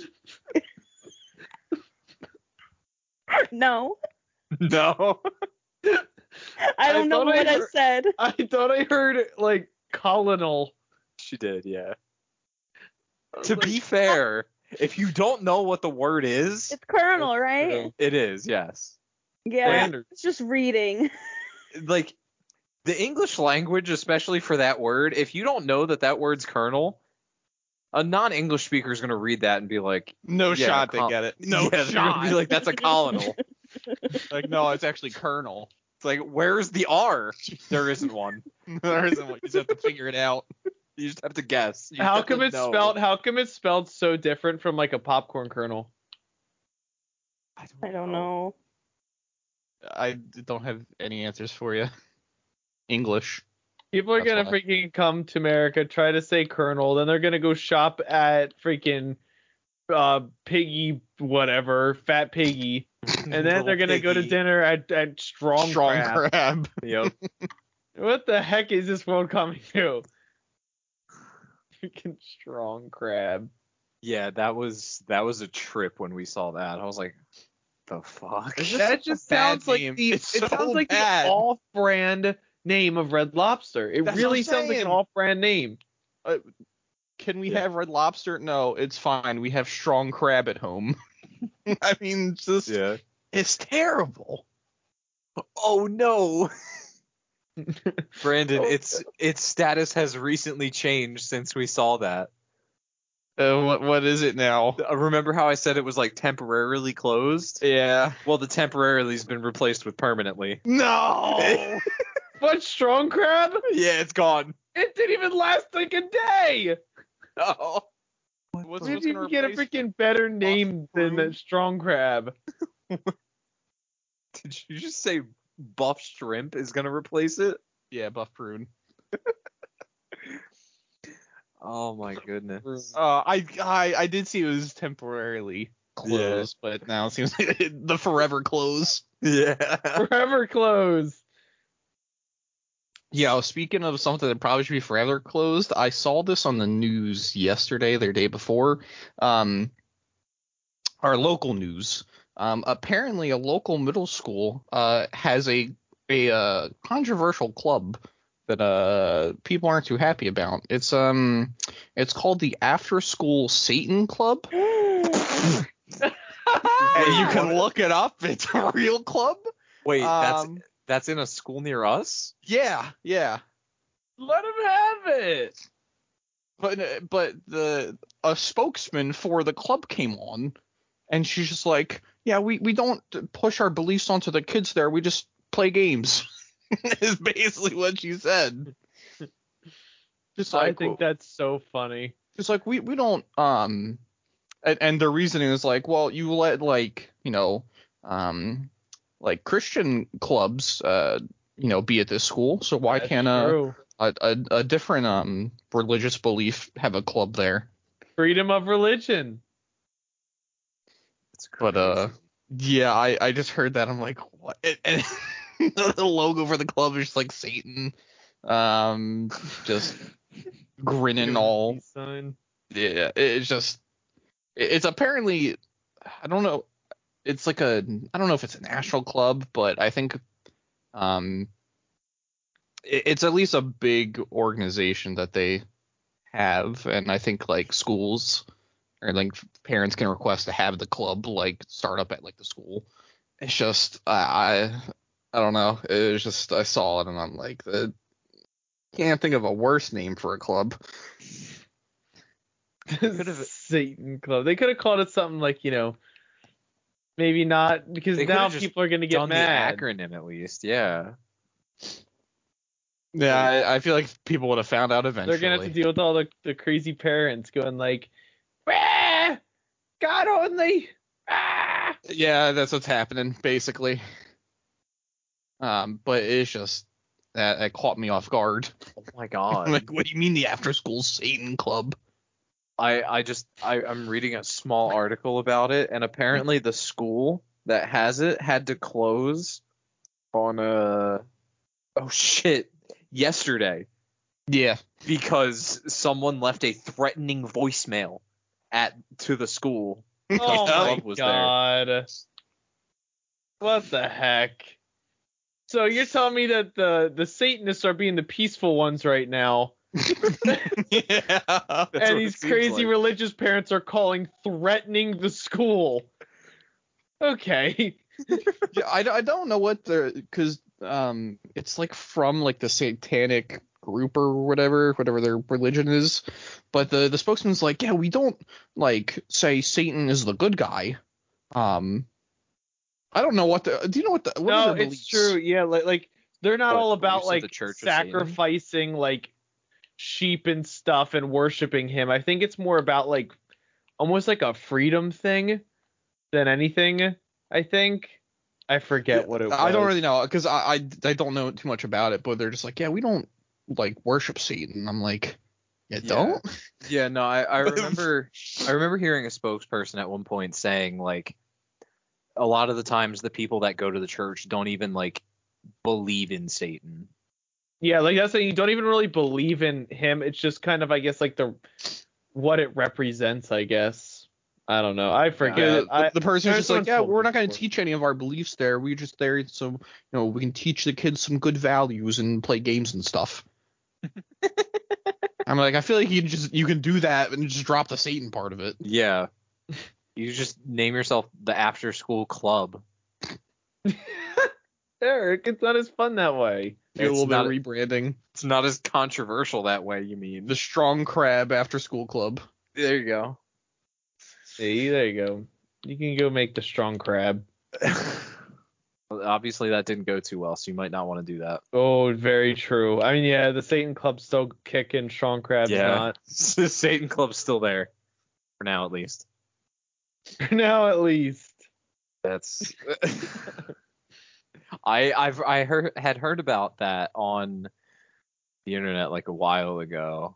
Speaker 4: No,
Speaker 1: No.
Speaker 4: I don't know
Speaker 3: thought I
Speaker 4: what I
Speaker 3: heard-
Speaker 4: said.
Speaker 3: I thought I heard like colonel.
Speaker 1: She did, yeah.
Speaker 3: I was
Speaker 1: To
Speaker 3: like,
Speaker 1: be fair, if you don't know what the word is,
Speaker 4: It's Colonel, right?
Speaker 1: it is, yes.
Speaker 4: Yeah.
Speaker 3: Flanders.
Speaker 4: It's just reading.
Speaker 1: Like the English language, especially for that word, if you don't know that that word's colonel, a non-English speaker is going to read that and be like,
Speaker 2: No
Speaker 1: Yeah,
Speaker 2: shot they
Speaker 1: com-
Speaker 2: get it. uh, No
Speaker 1: yeah, they're gonna
Speaker 2: shot.
Speaker 1: be like, that's a colonel.
Speaker 2: like, no, it's actually Colonel.
Speaker 1: It's like, where's the R? There isn't one.
Speaker 2: there isn't one. You just have to figure it out.
Speaker 1: You just have to guess. You
Speaker 3: how
Speaker 1: have to
Speaker 3: come it's
Speaker 1: know.
Speaker 3: spelled? How come it's spelled so different from like a popcorn kernel?
Speaker 1: I
Speaker 4: I
Speaker 3: Oh.
Speaker 4: don't know.
Speaker 2: I don't have any answers for you. English.
Speaker 3: People are
Speaker 2: That's
Speaker 3: gonna
Speaker 2: why.
Speaker 3: freaking come to America, try to say Colonel, then they're gonna go shop at freaking uh piggy whatever, fat piggy. And then they're gonna go to dinner at, at strong,
Speaker 2: strong
Speaker 3: Crab.
Speaker 2: crab.
Speaker 1: Yep.
Speaker 3: What the heck is this world coming to? Freaking strong crab.
Speaker 1: Yeah, that was that was a trip when we saw that. I was like, the fuck.
Speaker 3: That just sounds like
Speaker 2: name.
Speaker 3: the
Speaker 2: It's
Speaker 3: it
Speaker 2: so
Speaker 3: sounds like
Speaker 2: bad.
Speaker 3: the off brand name of Red Lobster. It
Speaker 2: That's what
Speaker 3: really
Speaker 2: I'm
Speaker 3: sounds like
Speaker 2: saying.
Speaker 3: an off brand name.
Speaker 2: Can we
Speaker 3: Yeah.
Speaker 2: have red lobster? No, it's fine. We have strong crab at home. I mean, it's just
Speaker 1: Yeah.
Speaker 2: it's terrible.
Speaker 1: Oh no. Oh, Brandon, its its status has recently changed since we saw that.
Speaker 2: Uh, what what is it now?
Speaker 1: Uh, Remember how I said it was like temporarily closed?
Speaker 2: Yeah.
Speaker 1: Well, the temporarily's been replaced with permanently.
Speaker 2: No.
Speaker 3: But strong crab?
Speaker 1: Yeah, it's gone.
Speaker 3: It didn't even last like a day.
Speaker 2: no. What's,
Speaker 3: Maybe
Speaker 2: what's
Speaker 3: you
Speaker 2: gonna
Speaker 3: can get a
Speaker 2: replace?
Speaker 3: freaking better name than
Speaker 2: Mushroom?
Speaker 3: that strong crab.
Speaker 1: Did you just say buff shrimp is gonna replace it?
Speaker 2: yeah, buff prune.
Speaker 1: Oh my goodness.
Speaker 2: Uh, I I I did see it was temporarily closed, but now it seems like the forever close.
Speaker 1: Yeah.
Speaker 3: Forever closed.
Speaker 2: Yeah, speaking of something that probably should be forever closed, I saw this on the news yesterday, the day before, um, our local news. Um, apparently, a local middle school uh, has a a uh, controversial club that uh, people aren't too happy about. It's um, it's called the After School Satan Club. And you can look it up. It's a real club.
Speaker 1: Wait, that's
Speaker 2: Um,
Speaker 1: that's in a school near us?
Speaker 2: yeah, yeah.
Speaker 3: Let him have it.
Speaker 2: But uh, but the a spokesman for the club came on, and she's just like, yeah, we we don't push our beliefs onto the kids there. We just play games. is basically what she said. Just
Speaker 3: I
Speaker 2: like
Speaker 3: think that's so funny.
Speaker 2: it's like we we don't um and, and their reasoning is like well you let like you know um like christian clubs uh you know be at this school so why
Speaker 3: That's
Speaker 2: can't uh, a,
Speaker 3: true.
Speaker 2: a, a a different um religious belief have a club there
Speaker 3: freedom of religion?
Speaker 1: It's
Speaker 2: But, uh, yeah i i just heard that i'm like what and, and the logo for the club is just like satan um just grinning all
Speaker 3: Peace sign.
Speaker 2: yeah it- it's just it- it's apparently i don't know it's like a i don't know if it's a national club but i think um it- it's at least a big organization that they have and i think like schools or like parents can request to have the club like start up at like the school it's just i i, I don't know it was just i saw it and i'm like the, can't think of a worse name for a club
Speaker 1: Could've-
Speaker 3: Satan Club. They could have called it something like, you know, maybe not because
Speaker 1: They
Speaker 3: now
Speaker 1: could've just
Speaker 3: people are gonna get
Speaker 1: done
Speaker 3: mad.
Speaker 1: the acronym at least. Yeah.
Speaker 2: Yeah, I, I feel like people would have found out eventually.
Speaker 3: They're gonna have to deal with all the, the crazy parents going like, "Ah, God only. Ah!
Speaker 2: yeah, that's what's happening basically. Um, but it's just that it caught me off guard.
Speaker 1: Oh my god.
Speaker 2: like, what do you mean the after-school Satan club?
Speaker 1: I I just I, I'm reading a small article about it, and apparently the school that has it had to close on a oh shit yesterday
Speaker 2: Yeah,
Speaker 1: because someone left a threatening voicemail at to the school.
Speaker 3: Oh
Speaker 1: Yeah.
Speaker 3: my
Speaker 1: Was there.
Speaker 3: God. What the heck? So you're telling me that the the Satanists are being the peaceful ones right now,
Speaker 2: yeah.
Speaker 1: That's what
Speaker 3: and
Speaker 1: it
Speaker 3: these
Speaker 1: seems
Speaker 3: crazy
Speaker 1: like.
Speaker 3: religious parents are calling threatening the school. Okay.
Speaker 2: I, I don't know what the because um it's like from like the satanic group or whatever whatever their religion is, but the the spokesman's like yeah we don't like say Satan is the good guy, um. I don't know what the do you know what the what are
Speaker 3: no,
Speaker 2: their beliefs?
Speaker 3: it's true. Yeah, like like they're not
Speaker 1: What,
Speaker 3: all
Speaker 1: the
Speaker 3: about
Speaker 1: beliefs of the
Speaker 3: like
Speaker 1: Church of Satan?
Speaker 3: sacrificing like sheep and stuff and worshiping him. I think it's more about like almost like a freedom thing than anything. I think I forget what it was.
Speaker 2: I don't really know because I, I I don't know too much about it, but they're just like yeah we don't like worship Satan. I'm like you
Speaker 1: Yeah.
Speaker 2: don't
Speaker 1: Yeah, no, I, I remember I remember hearing a spokesperson at one point saying like a lot of the times the people that go to the church don't even like believe in Satan.
Speaker 3: Yeah, like that's the thing. You don't even really believe in him. It's just kind of, I guess, like the what it represents. I guess. I don't know. I forget.
Speaker 2: Yeah, the,
Speaker 3: I,
Speaker 2: the person's
Speaker 3: I
Speaker 2: just like
Speaker 3: just
Speaker 2: yeah
Speaker 3: told
Speaker 2: we're not going to
Speaker 3: before.
Speaker 2: teach any of our beliefs there. We're just there so you know we can teach the kids some good values and play games and stuff. I'm like I feel like you just you can do that and just drop the Satan part of it.
Speaker 1: Yeah. You just name yourself the after school club.
Speaker 3: Eric, it's not as fun that way.
Speaker 2: Do a
Speaker 1: It's
Speaker 2: little bit of
Speaker 1: not-
Speaker 2: rebranding.
Speaker 1: It's not as controversial that way, you mean.
Speaker 2: The Strong Crab After School Club.
Speaker 1: There you go.
Speaker 3: See, there you go. You can go make the strong crab.
Speaker 1: Well, Obviously that didn't go too well, so you might not want to do that.
Speaker 3: Oh, very true. I mean, yeah, the Satan Club's still kicking. Strong crab's
Speaker 1: Yeah.
Speaker 3: not.
Speaker 1: Satan club's still there. For now at least.
Speaker 3: For now, at least.
Speaker 1: That's I I've I heard had heard about that on the internet like a while ago.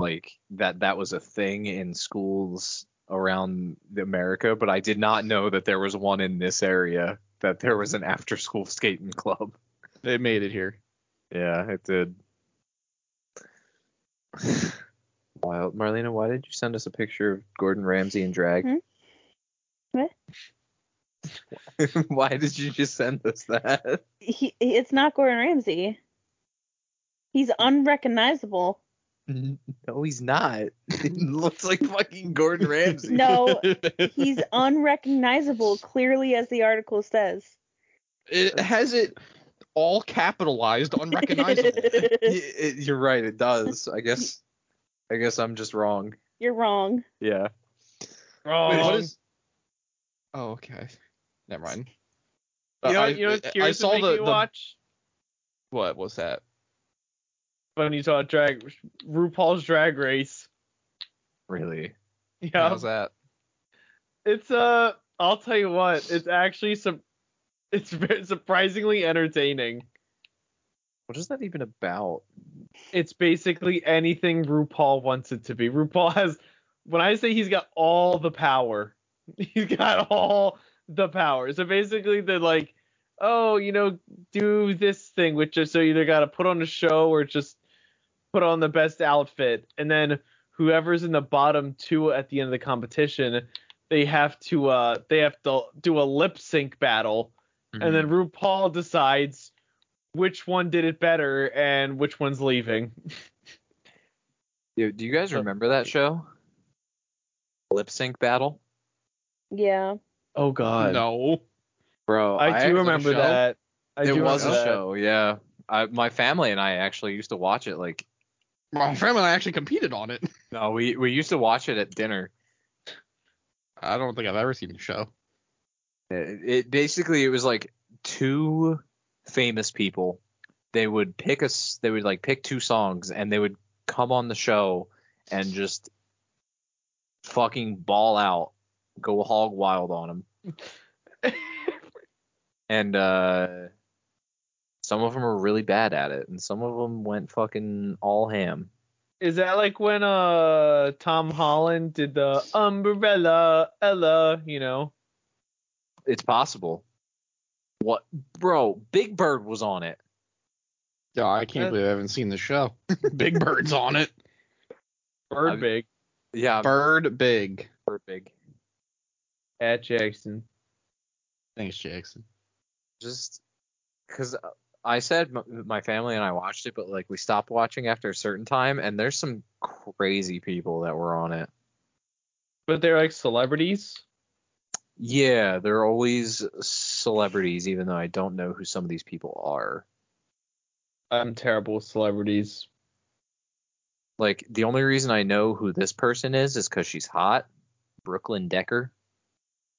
Speaker 1: Like that that was a thing in schools around the America, but I did not know that there was one in this area that there was an after school skating club.
Speaker 2: They made it here.
Speaker 1: Yeah, it did. Wild Marlena, why did you send us a picture of Gordon Ramsay in drag?
Speaker 4: Hmm? What?
Speaker 1: why did you just send us that?
Speaker 4: He, it's not Gordon Ramsay. He's unrecognizable.
Speaker 1: No, he's not. He looks like fucking Gordon Ramsay.
Speaker 4: No, he's unrecognizable, clearly as the article says.
Speaker 2: It has it all capitalized, unrecognizable.
Speaker 1: Y- You're right. It does. I guess. I guess I'm just wrong.
Speaker 4: You're wrong.
Speaker 1: Yeah.
Speaker 3: Wrong.
Speaker 2: Wait, what is? Oh, okay. Never mind.
Speaker 3: You know,
Speaker 2: I,
Speaker 3: what- you know what's
Speaker 2: I- I
Speaker 3: curious
Speaker 2: saw
Speaker 3: to make
Speaker 2: the,
Speaker 3: you
Speaker 2: the
Speaker 3: watch?
Speaker 2: what was that?
Speaker 3: When you saw drag RuPaul's Drag Race.
Speaker 1: Really.
Speaker 2: What
Speaker 3: Yeah.
Speaker 2: was that?
Speaker 3: It's uh I'll tell you what, it's actually some it's very surprisingly entertaining.
Speaker 1: What is that even about?
Speaker 3: It's basically anything RuPaul wants it to be. RuPaul has when I say he's got all the power, he's got all the power. So basically they're like, oh, you know, do this thing, which is so you either gotta put on a show or just put on the best outfit. And then whoever's in the bottom two at the end of the competition, they have to uh they have to do a lip sync battle and then RuPaul decides which one did it better and which one's leaving.
Speaker 1: Dude, do you guys remember that show? Lip sync battle,
Speaker 4: Yeah.
Speaker 3: Oh
Speaker 2: Uh,
Speaker 3: God.
Speaker 2: No.
Speaker 1: bro.
Speaker 3: I do
Speaker 1: actually-
Speaker 3: remember
Speaker 2: show?
Speaker 3: that. I
Speaker 1: it
Speaker 3: do
Speaker 1: was a
Speaker 3: remember that.
Speaker 1: show. Yeah. I, my family and I actually used to watch it. Like,
Speaker 2: My friend and I actually competed on it.
Speaker 1: no, we we used to watch it at dinner.
Speaker 2: I don't think I've ever seen the show.
Speaker 1: It, it basically it was like two famous people. They would pick us. They would like pick two songs, and they would come on the show and just fucking ball out, go hog wild on them. and uh, some of them were really bad at it, and some of them went fucking all ham.
Speaker 3: Is that like when uh Tom Holland did the Umbrella Ella? You know.
Speaker 1: It's possible. What, bro? Big Bird was on it.
Speaker 2: Yeah, I can't
Speaker 3: Uh,
Speaker 2: believe I haven't seen the show. Big Bird's on it.
Speaker 3: Bird
Speaker 1: I'm-
Speaker 3: big
Speaker 1: Yeah,
Speaker 2: Bird Big.
Speaker 1: Bird Big.
Speaker 3: at Jackson.
Speaker 2: Thanks, Jackson.
Speaker 1: Just because I said m- my family and I watched it, but like we stopped watching after a certain time, and there's some crazy people that were on it.
Speaker 3: But they're like celebrities.
Speaker 1: Yeah, they're always celebrities, even though I don't know who some of these people are.
Speaker 3: I'm terrible with celebrities.
Speaker 1: Like the only reason I know who this person is is because she's hot, Brooklyn Decker,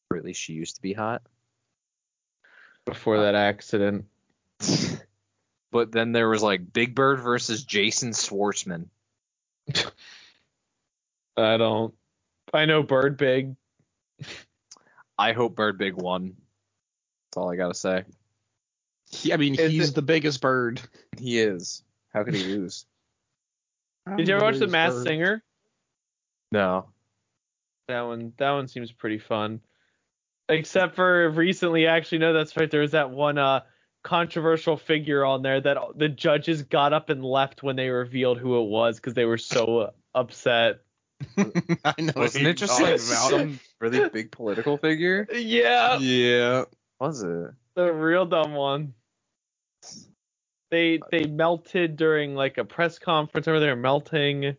Speaker 1: or at least she used to be hot.
Speaker 3: Before that accident.
Speaker 1: But then there was like Big Bird versus Jason Schwartzman.
Speaker 3: I don't. I know Bird big.
Speaker 1: I hope Bird Big won. That's all I gotta say.
Speaker 2: He, I mean,
Speaker 3: Is
Speaker 2: he's
Speaker 3: it-
Speaker 2: the biggest bird.
Speaker 1: He is. How could he lose?
Speaker 3: Did you ever watch The Masked Singer?
Speaker 1: No.
Speaker 3: That one that one seems pretty fun. Except for recently, actually, no, that's right. There was that one uh controversial figure on there that the judges got up and left when they revealed who it was because they were so upset.
Speaker 2: I know. what
Speaker 1: Wasn't
Speaker 2: you're
Speaker 1: it just
Speaker 2: talking
Speaker 1: like
Speaker 2: about.
Speaker 1: some really big political figure?
Speaker 3: Yeah,
Speaker 2: Yeah.
Speaker 1: Was it?
Speaker 3: the real dumb one. They they melted during like a press conference. Remember they were melting.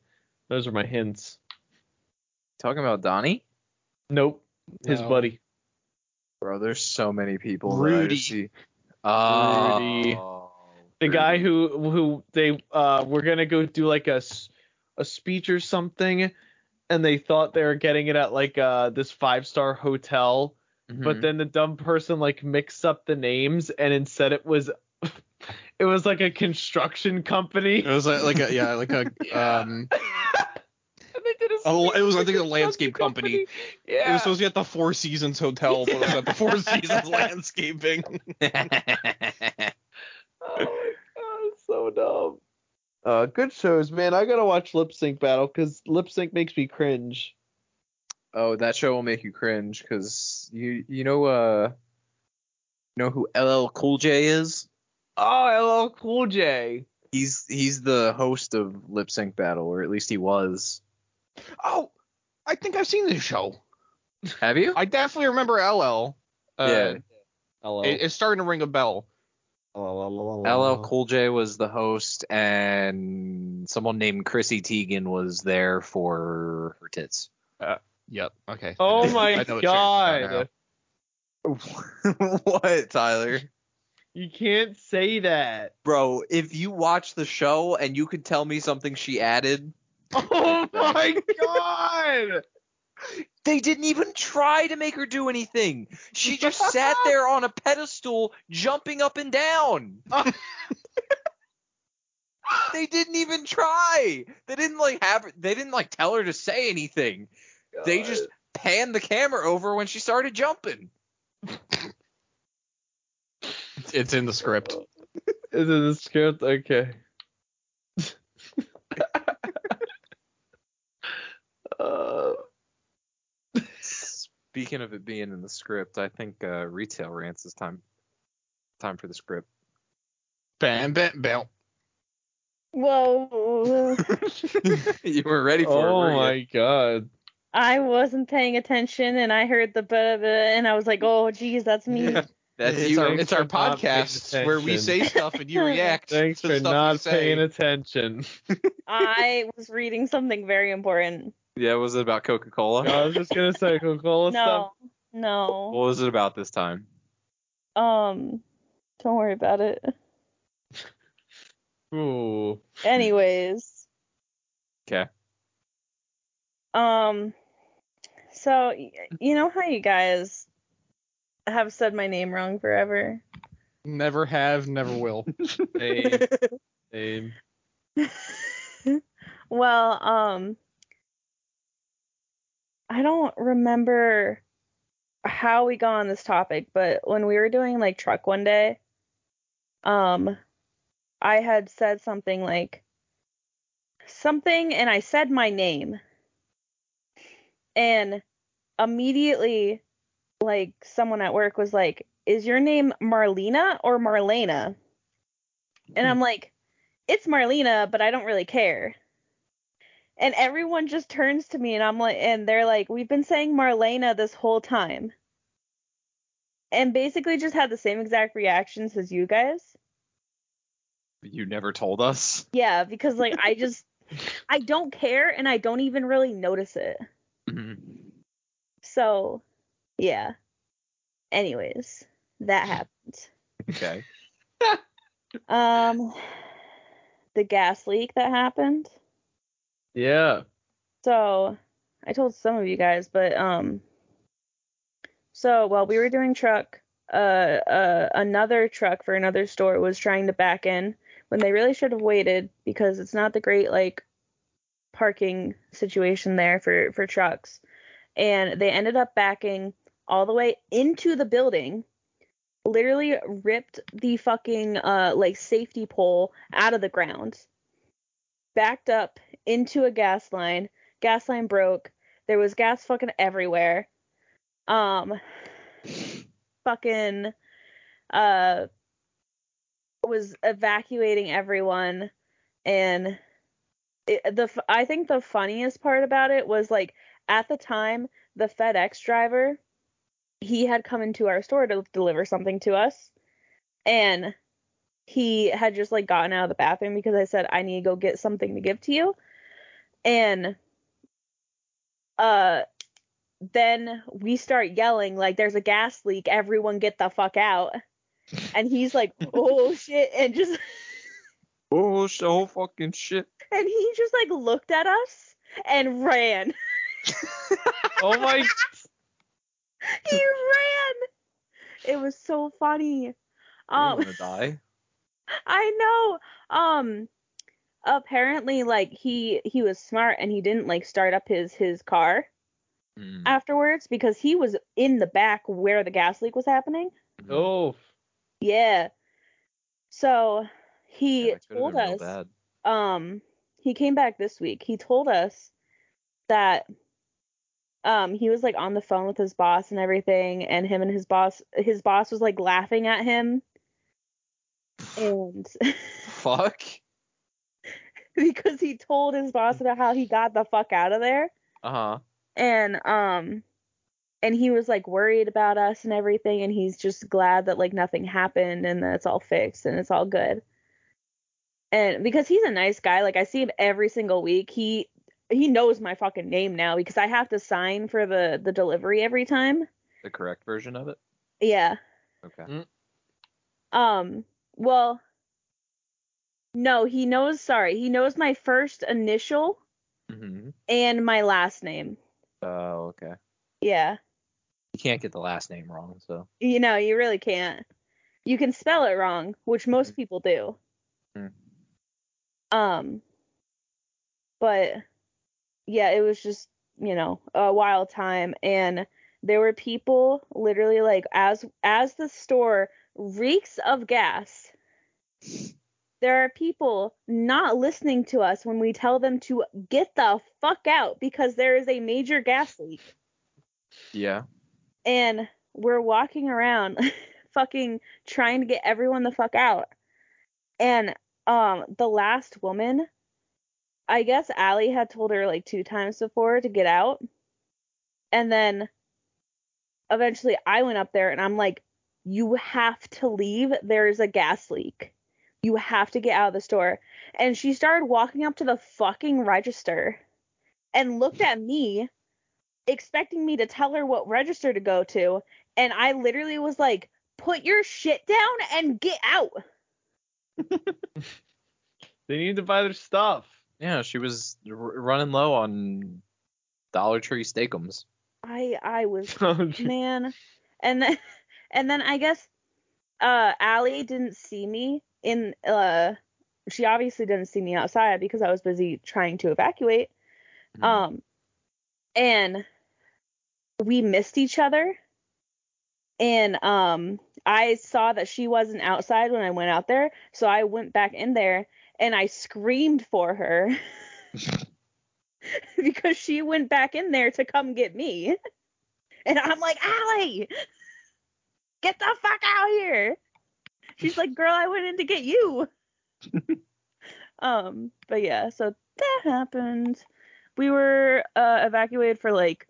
Speaker 3: Those are my hints.
Speaker 1: Talking about Donnie?
Speaker 3: Nope, his
Speaker 2: No.
Speaker 3: buddy.
Speaker 1: Bro, there's so many people. That I
Speaker 2: Rudy.
Speaker 1: just see. Oh,
Speaker 3: Rudy. the guy who who they uh were gonna go do like a s- a speech or something and they thought they were getting it at like uh this five star hotel
Speaker 2: Mm-hmm.
Speaker 3: but then the dumb person like mixed up the names and instead it was it was like a construction company
Speaker 2: It was like, like a yeah, like a
Speaker 3: Yeah.
Speaker 2: um.
Speaker 3: And they did a
Speaker 2: a la- it was, I
Speaker 3: speech
Speaker 2: think,
Speaker 3: for
Speaker 2: a landscape
Speaker 3: construction
Speaker 2: company.
Speaker 3: yeah
Speaker 2: It was supposed to be at the Four Seasons Hotel, but it was at the Four Seasons Landscaping.
Speaker 3: oh my god it's so dumb uh good shows man i gotta watch lip sync battle because lip sync makes me cringe
Speaker 1: oh, that show will make you cringe because you you know uh you know who LL Cool J is?
Speaker 3: oh ll cool j
Speaker 1: He's he's the host of Lip Sync Battle, or at least he was.
Speaker 2: Oh, I think I've seen this show.
Speaker 1: Have you?
Speaker 2: I definitely remember LL. Uh,
Speaker 3: Hello.
Speaker 2: it, it's starting to ring a bell.
Speaker 1: LL Cool J was the host, and someone named Chrissy Teigen was there for her tits.
Speaker 2: Yep. Okay.
Speaker 3: Oh
Speaker 2: I know
Speaker 3: my
Speaker 2: what you're talking about now.
Speaker 3: god.
Speaker 1: what, Tyler?
Speaker 3: You can't say that.
Speaker 1: Bro, if you watch the show and you could tell me something she added,
Speaker 3: Oh my god!
Speaker 1: they didn't even try to make her do anything. She just sat there on a pedestal jumping up and down. they didn't even try. They didn't like have they didn't like tell her to say anything. They just panned the camera over when she started jumping.
Speaker 2: It's in the script.
Speaker 3: Is it the script? Okay. uh,
Speaker 1: Speaking of it being in the script, I think uh, retail rants is time time for the script.
Speaker 2: Bam, bam, bam.
Speaker 4: Whoa.
Speaker 1: you were ready for it.
Speaker 3: oh
Speaker 1: weren't you?
Speaker 3: my god.
Speaker 4: I wasn't paying attention and I heard the blah, blah, blah, and I was like, oh, geez, that's me.
Speaker 1: That's
Speaker 2: it's
Speaker 1: you.
Speaker 2: our,
Speaker 3: Thanks
Speaker 2: it's our
Speaker 3: for not paying
Speaker 2: podcast where we
Speaker 3: attention.
Speaker 2: say stuff and you react.
Speaker 3: Thanks
Speaker 2: to
Speaker 3: for
Speaker 2: stuff we
Speaker 3: not
Speaker 2: say.
Speaker 3: paying attention.
Speaker 4: I was reading something very important.
Speaker 1: Yeah, was it about Coca Cola?
Speaker 3: I was just gonna say Coca Cola stuff.
Speaker 4: No, no.
Speaker 1: What was it about this time?
Speaker 4: Um, don't worry about it.
Speaker 3: Ooh.
Speaker 4: Anyways.
Speaker 1: 'Kay.
Speaker 4: Um, so y- you know how you guys have said my name wrong forever?
Speaker 2: Never have, never will.
Speaker 3: Same. Same.
Speaker 4: Well, um, I don't remember how we got on this topic, but when we were doing like truck one day, um, I had said something like something, and I said my name, and immediately, like someone at work was like, "Is your name Marlena or Marlena?" And I'm like, "It's Marlena, but I don't really care." and everyone just turns to me and I'm like and they're like we've been saying Marlena this whole time and basically just had the same exact reactions as you guys
Speaker 1: You never told us.
Speaker 4: yeah because like I just I don't care and I don't even really notice it
Speaker 1: Mm-hmm.
Speaker 4: so yeah anyways that happened
Speaker 1: Okay.
Speaker 4: um the gas leak that happened
Speaker 3: Yeah.
Speaker 4: So I told some of you guys, but um so while we were doing truck, uh, uh another truck for another store was trying to back in when they really should have waited because it's not the great like parking situation there for for trucks. And they ended up backing all the way into the building. Literally ripped the fucking uh like safety pole out of the ground. Backed up into a gas line. Gas line broke. There was gas fucking everywhere. Um fucking uh was evacuating everyone and it, the f- I think the funniest part about it was like at the time the FedEx driver he had come into our store to deliver something to us and he had just like gotten out of the bathroom because I said I need to go get something to give to you and uh then we start yelling like there's a gas leak everyone get the fuck out and he's like oh shit and just
Speaker 1: Oh, so fucking shit.
Speaker 4: and he just like looked at us and ran
Speaker 3: Oh my.
Speaker 4: he ran it was so funny
Speaker 1: I'm
Speaker 4: um
Speaker 1: gonna die.
Speaker 4: i know um apparently like he he was smart and he didn't like start up his his car
Speaker 1: Mm.
Speaker 4: afterwards because he was in the back where the gas leak was happening
Speaker 1: Mm-hmm.
Speaker 3: Oh.
Speaker 4: Yeah. So he
Speaker 1: Yeah, that could've
Speaker 4: told
Speaker 1: been real
Speaker 4: us
Speaker 1: bad.
Speaker 4: um he came back this week. He told us that um he was like on the phone with his boss and everything and him and his boss his boss was like laughing at him and
Speaker 1: Fuck.
Speaker 4: because he told his boss about how he got the fuck out of there
Speaker 1: Uh huh.
Speaker 4: and um and he was like worried about us and everything and he's just glad that like nothing happened and that it's all fixed and it's all good and because he's a nice guy like i see him every single week he he knows my fucking name now because i have to sign for the the delivery every time
Speaker 1: The correct version of it.
Speaker 4: yeah
Speaker 1: Okay.
Speaker 4: Um, well, no, he knows. Sorry, he knows my first initial
Speaker 1: Mm-hmm.
Speaker 4: and my last name.
Speaker 1: Oh, okay.
Speaker 4: Yeah,
Speaker 1: You can't get the last name wrong, so.
Speaker 4: you know, you really can't. You can spell it wrong, which most people do.
Speaker 1: Mm.
Speaker 4: Um, but yeah, it was just you know a wild time, and there were people literally like as as the store reeks of gas. There are people not listening to us when we tell them to get the fuck out because there is a major gas leak
Speaker 1: Yeah.
Speaker 4: and we're walking around fucking trying to get everyone the fuck out. And um the last woman, I guess Allie had told her like two times before to get out. And then eventually I went up there and I'm like, you have to leave. There is a gas leak. You have to get out of the store. And she started walking up to the fucking register and looked at me expecting me to tell her what register to go to, and I literally was like, "Put your shit down and get out."
Speaker 3: They need to buy their stuff.
Speaker 1: Yeah, she was r- running low on Dollar Tree steakums.
Speaker 4: I I was
Speaker 3: So
Speaker 4: man, and then and then I guess uh Allie didn't see me in uh she obviously didn't see me outside because I was busy trying to evacuate. Um, and we missed each other. And um, I saw that she wasn't outside when I went out there, so I went back in there and I screamed for her because she went back in there to come get me. And I'm like, Allie, get the fuck out here. She's like, girl, I went in to get you. um, but yeah, so that happened we were uh, evacuated for like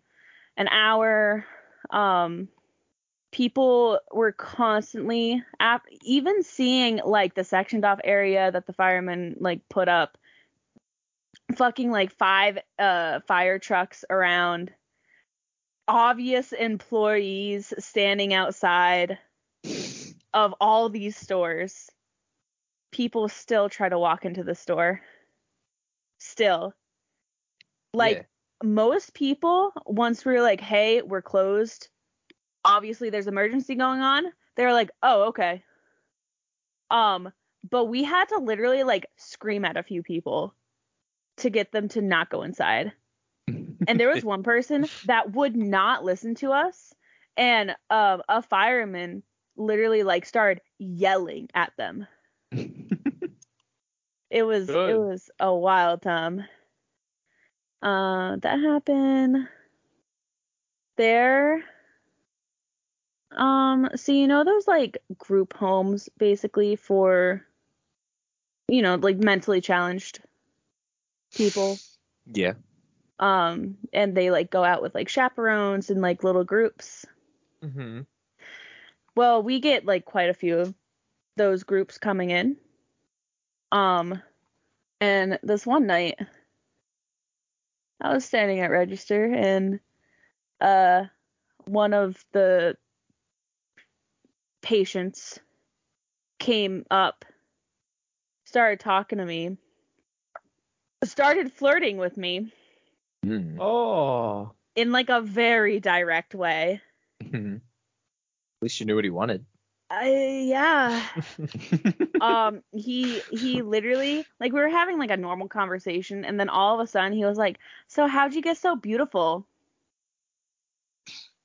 Speaker 4: an hour. Um, people were constantly, ap- even seeing like the sectioned off area that the firemen like put up, fucking like five uh, fire trucks around, obvious employees standing outside of all these stores. People still try to walk into the store. Still. Like, most people, once we are like, hey, we're closed, obviously there's emergency going on, they're like, oh, okay. Um, but we had to literally like scream at a few people to get them to not go inside. and there was one person that would not listen to us, and um, a fireman literally like started yelling at them. it was it
Speaker 3: Good.
Speaker 4: was a wild time. Uh, that happened there. Um, so you know those like group homes basically for, you know, like mentally challenged people.
Speaker 1: yeah.
Speaker 4: Um, and they like go out with like chaperones and like little groups. Mm-hmm.
Speaker 3: hmm
Speaker 4: Well, we get like quite a few of those groups coming in. Um, and this one night, I was standing at register and uh, one of the patients came up, started talking to me, started flirting with me
Speaker 1: Mm.
Speaker 3: Oh.
Speaker 4: in like a very direct way.
Speaker 1: Mm-hmm. At least you knew what he wanted.
Speaker 4: I yeah. um he he literally like we were having like a normal conversation and then all of a sudden he was like, "So how'd you get so beautiful?"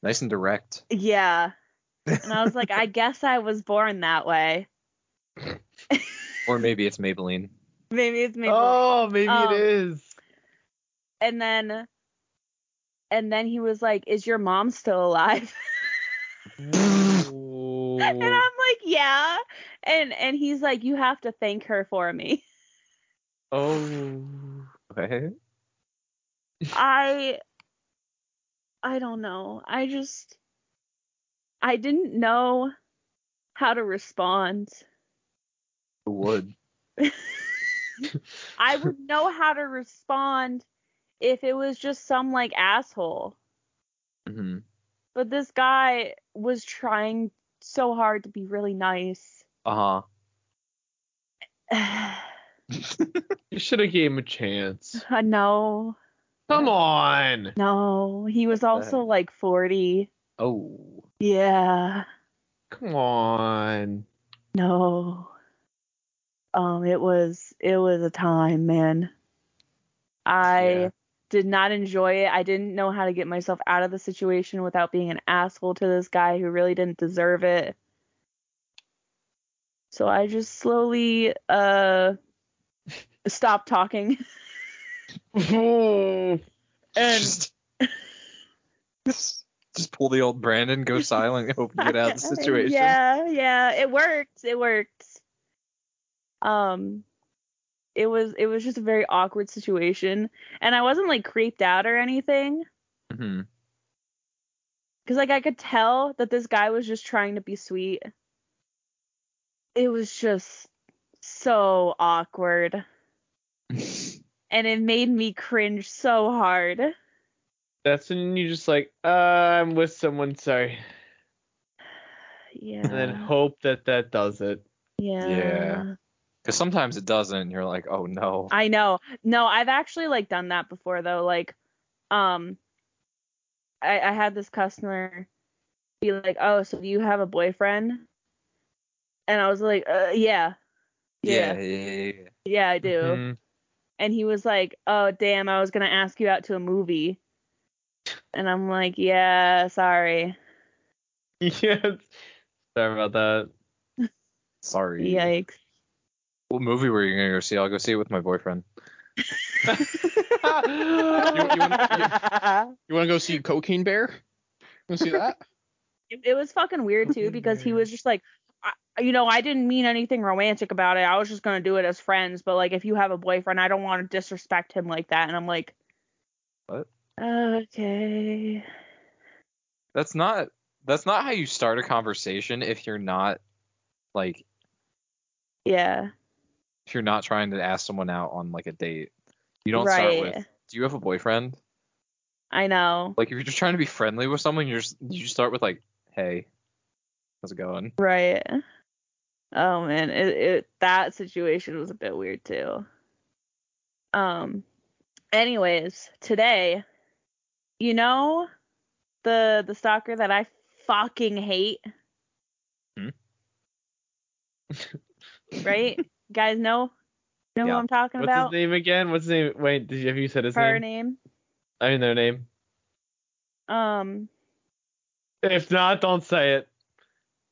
Speaker 1: Nice and direct.
Speaker 4: Yeah. And I was like, "I guess I was born that way."
Speaker 1: Or maybe it's Maybelline.
Speaker 4: Maybe it's maybe
Speaker 3: Oh, maybe
Speaker 4: Um,
Speaker 3: it is.
Speaker 4: and then and then he was like, "Is your mom still alive?" and I'm like, "Yeah." And and he's like, "You have to thank her for me."
Speaker 3: Oh.
Speaker 4: Um.
Speaker 1: Okay.
Speaker 4: I I don't know. I just I didn't know how to respond.
Speaker 1: Who would?
Speaker 4: I would know how to respond if it was just some like asshole.
Speaker 1: hmm
Speaker 4: But this guy was trying so hard to be really nice.
Speaker 1: Uh huh.
Speaker 3: You should have gave him a chance.
Speaker 4: Uh, no,
Speaker 3: Come on.
Speaker 4: no. He was also like 40.
Speaker 1: Oh.
Speaker 4: Yeah.
Speaker 3: Come on.
Speaker 4: No. Um, it was it was a time, man. I
Speaker 1: Yeah.
Speaker 4: did not enjoy it. I didn't know how to get myself out of the situation without being an asshole to this guy who really didn't deserve it. So I just slowly uh stopped talking.
Speaker 3: and
Speaker 1: just, just pull the old Brandon, go silent, hope you get out of the situation.
Speaker 4: Yeah, yeah, it worked. It worked. Um, it was it was just a very awkward situation, and I wasn't like creeped out or anything,
Speaker 1: hmm
Speaker 4: because like I could tell that this guy was just trying to be sweet. It was just so awkward, and it made me cringe so hard.
Speaker 3: that's when you just like, uh, I'm with someone, sorry.
Speaker 4: Yeah.
Speaker 3: And then hope that that does it.
Speaker 4: yeah.
Speaker 1: Yeah. Because sometimes it doesn't, and you're like, oh no.
Speaker 4: I know. No, I've actually like done that before though. Like, um, I, I had this customer be like, "Oh, so do you have a boyfriend?" And I was like, uh, "Yeah,
Speaker 1: yeah, yeah,
Speaker 4: yeah,
Speaker 1: yeah, yeah.
Speaker 4: yeah, I do."
Speaker 2: Mm-hmm.
Speaker 3: Mhm.
Speaker 4: And he was like, "Oh, damn, I was gonna ask you out to a movie." And I'm like, "Yeah, sorry.
Speaker 3: Mm-hmm. Yes. Sorry about that.
Speaker 1: Sorry.
Speaker 4: Yikes."
Speaker 1: What movie were you gonna go see? I'll go see it with my boyfriend.
Speaker 2: You want to go see Cocaine Bear? You want to see that?
Speaker 4: it, it was fucking weird too because he was just like I, you know i didn't mean anything romantic about it i was just going to do it as friends but like if you have a boyfriend i don't want to disrespect him like that and i'm like
Speaker 1: What?
Speaker 4: okay
Speaker 1: That's not that's not how you start a conversation if you're not like
Speaker 4: yeah
Speaker 1: if you're not trying to ask someone out on like a date. You don't start with
Speaker 4: Right.
Speaker 1: do you have a boyfriend?
Speaker 4: i know
Speaker 1: Like if you're just trying to be friendly with someone, you're just, you just start with like, hey, how's it going?
Speaker 4: right oh man it, it that situation was a bit weird too um anyways today you know the the stalker that i fucking hate
Speaker 1: Hmm?
Speaker 4: right You guys know know
Speaker 1: Yeah.
Speaker 4: who i'm talking
Speaker 3: What's his
Speaker 4: about
Speaker 3: name again? What's his name? Wait, did you, have you said his
Speaker 4: her
Speaker 3: name?
Speaker 4: name
Speaker 3: I mean their name.
Speaker 4: um
Speaker 3: If not, don't say it.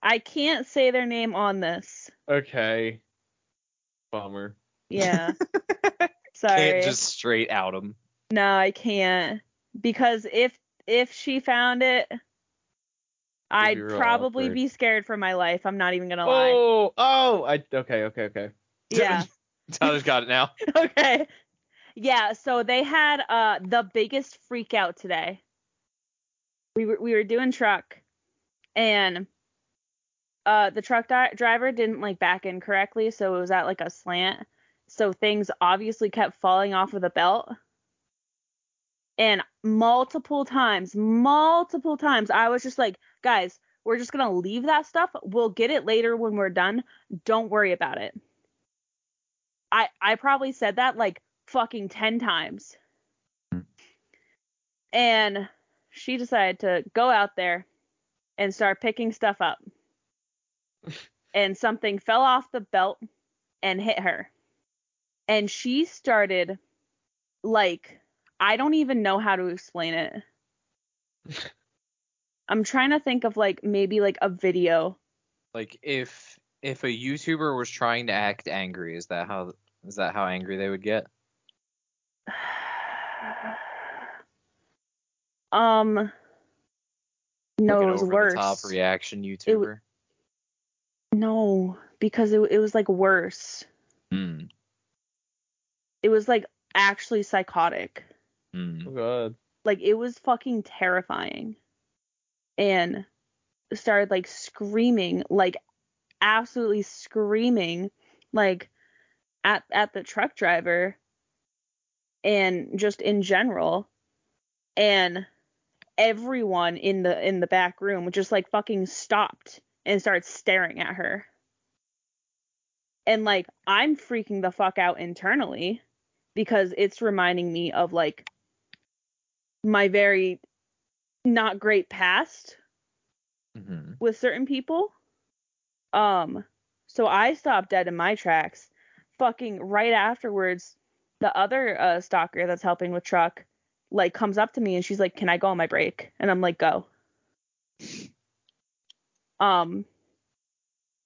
Speaker 4: i can't say their name on this
Speaker 3: Okay. Bummer.
Speaker 4: yeah sorry
Speaker 1: Can't just straight out them.
Speaker 4: No, I can't. Because if if she found it, I'd
Speaker 3: be real
Speaker 4: probably
Speaker 3: awkward.
Speaker 4: be scared for my life. I'm not even gonna lie.
Speaker 3: Oh, oh, I okay, okay, okay.
Speaker 4: Yeah.
Speaker 1: Tyler's got it now.
Speaker 4: okay. Yeah, so they had uh the biggest freak out today. We were we were doing truck and uh the truck di- driver didn't like back in correctly, so it was at like a slant. So things obviously kept falling off of the belt. And multiple times, multiple times I was just like, guys, we're just going to leave that stuff. We'll get it later when we're done. Don't worry about it. I I probably said that like fucking 10 times. And she decided to go out there and start picking stuff up. and something fell off the belt and hit her. And she started like I don't even know how to explain it. I'm trying to think of like maybe like a video.
Speaker 1: Like if if a YouTuber was trying to act angry, is that how is that how angry they would get?
Speaker 4: um no,
Speaker 1: like an
Speaker 4: it was
Speaker 1: over
Speaker 4: worse.
Speaker 1: The top reaction YouTuber.
Speaker 4: No, because it it was like worse.
Speaker 1: Hmm.
Speaker 4: It was like actually psychotic.
Speaker 1: Hmm.
Speaker 3: Oh god.
Speaker 4: Like it was fucking terrifying. And started like screaming, like absolutely screaming like at at the truck driver and just in general and everyone in the in the back room just like fucking stopped and started staring at her. and like I'm freaking the fuck out internally because it's reminding me of like my very not great past
Speaker 1: hmm
Speaker 4: with certain people. Um, so I stopped dead in my tracks. Fucking right afterwards, the other uh, stalker that's helping with truck like comes up to me and she's like, "Can I go on my break?" And I'm like, "Go." Um,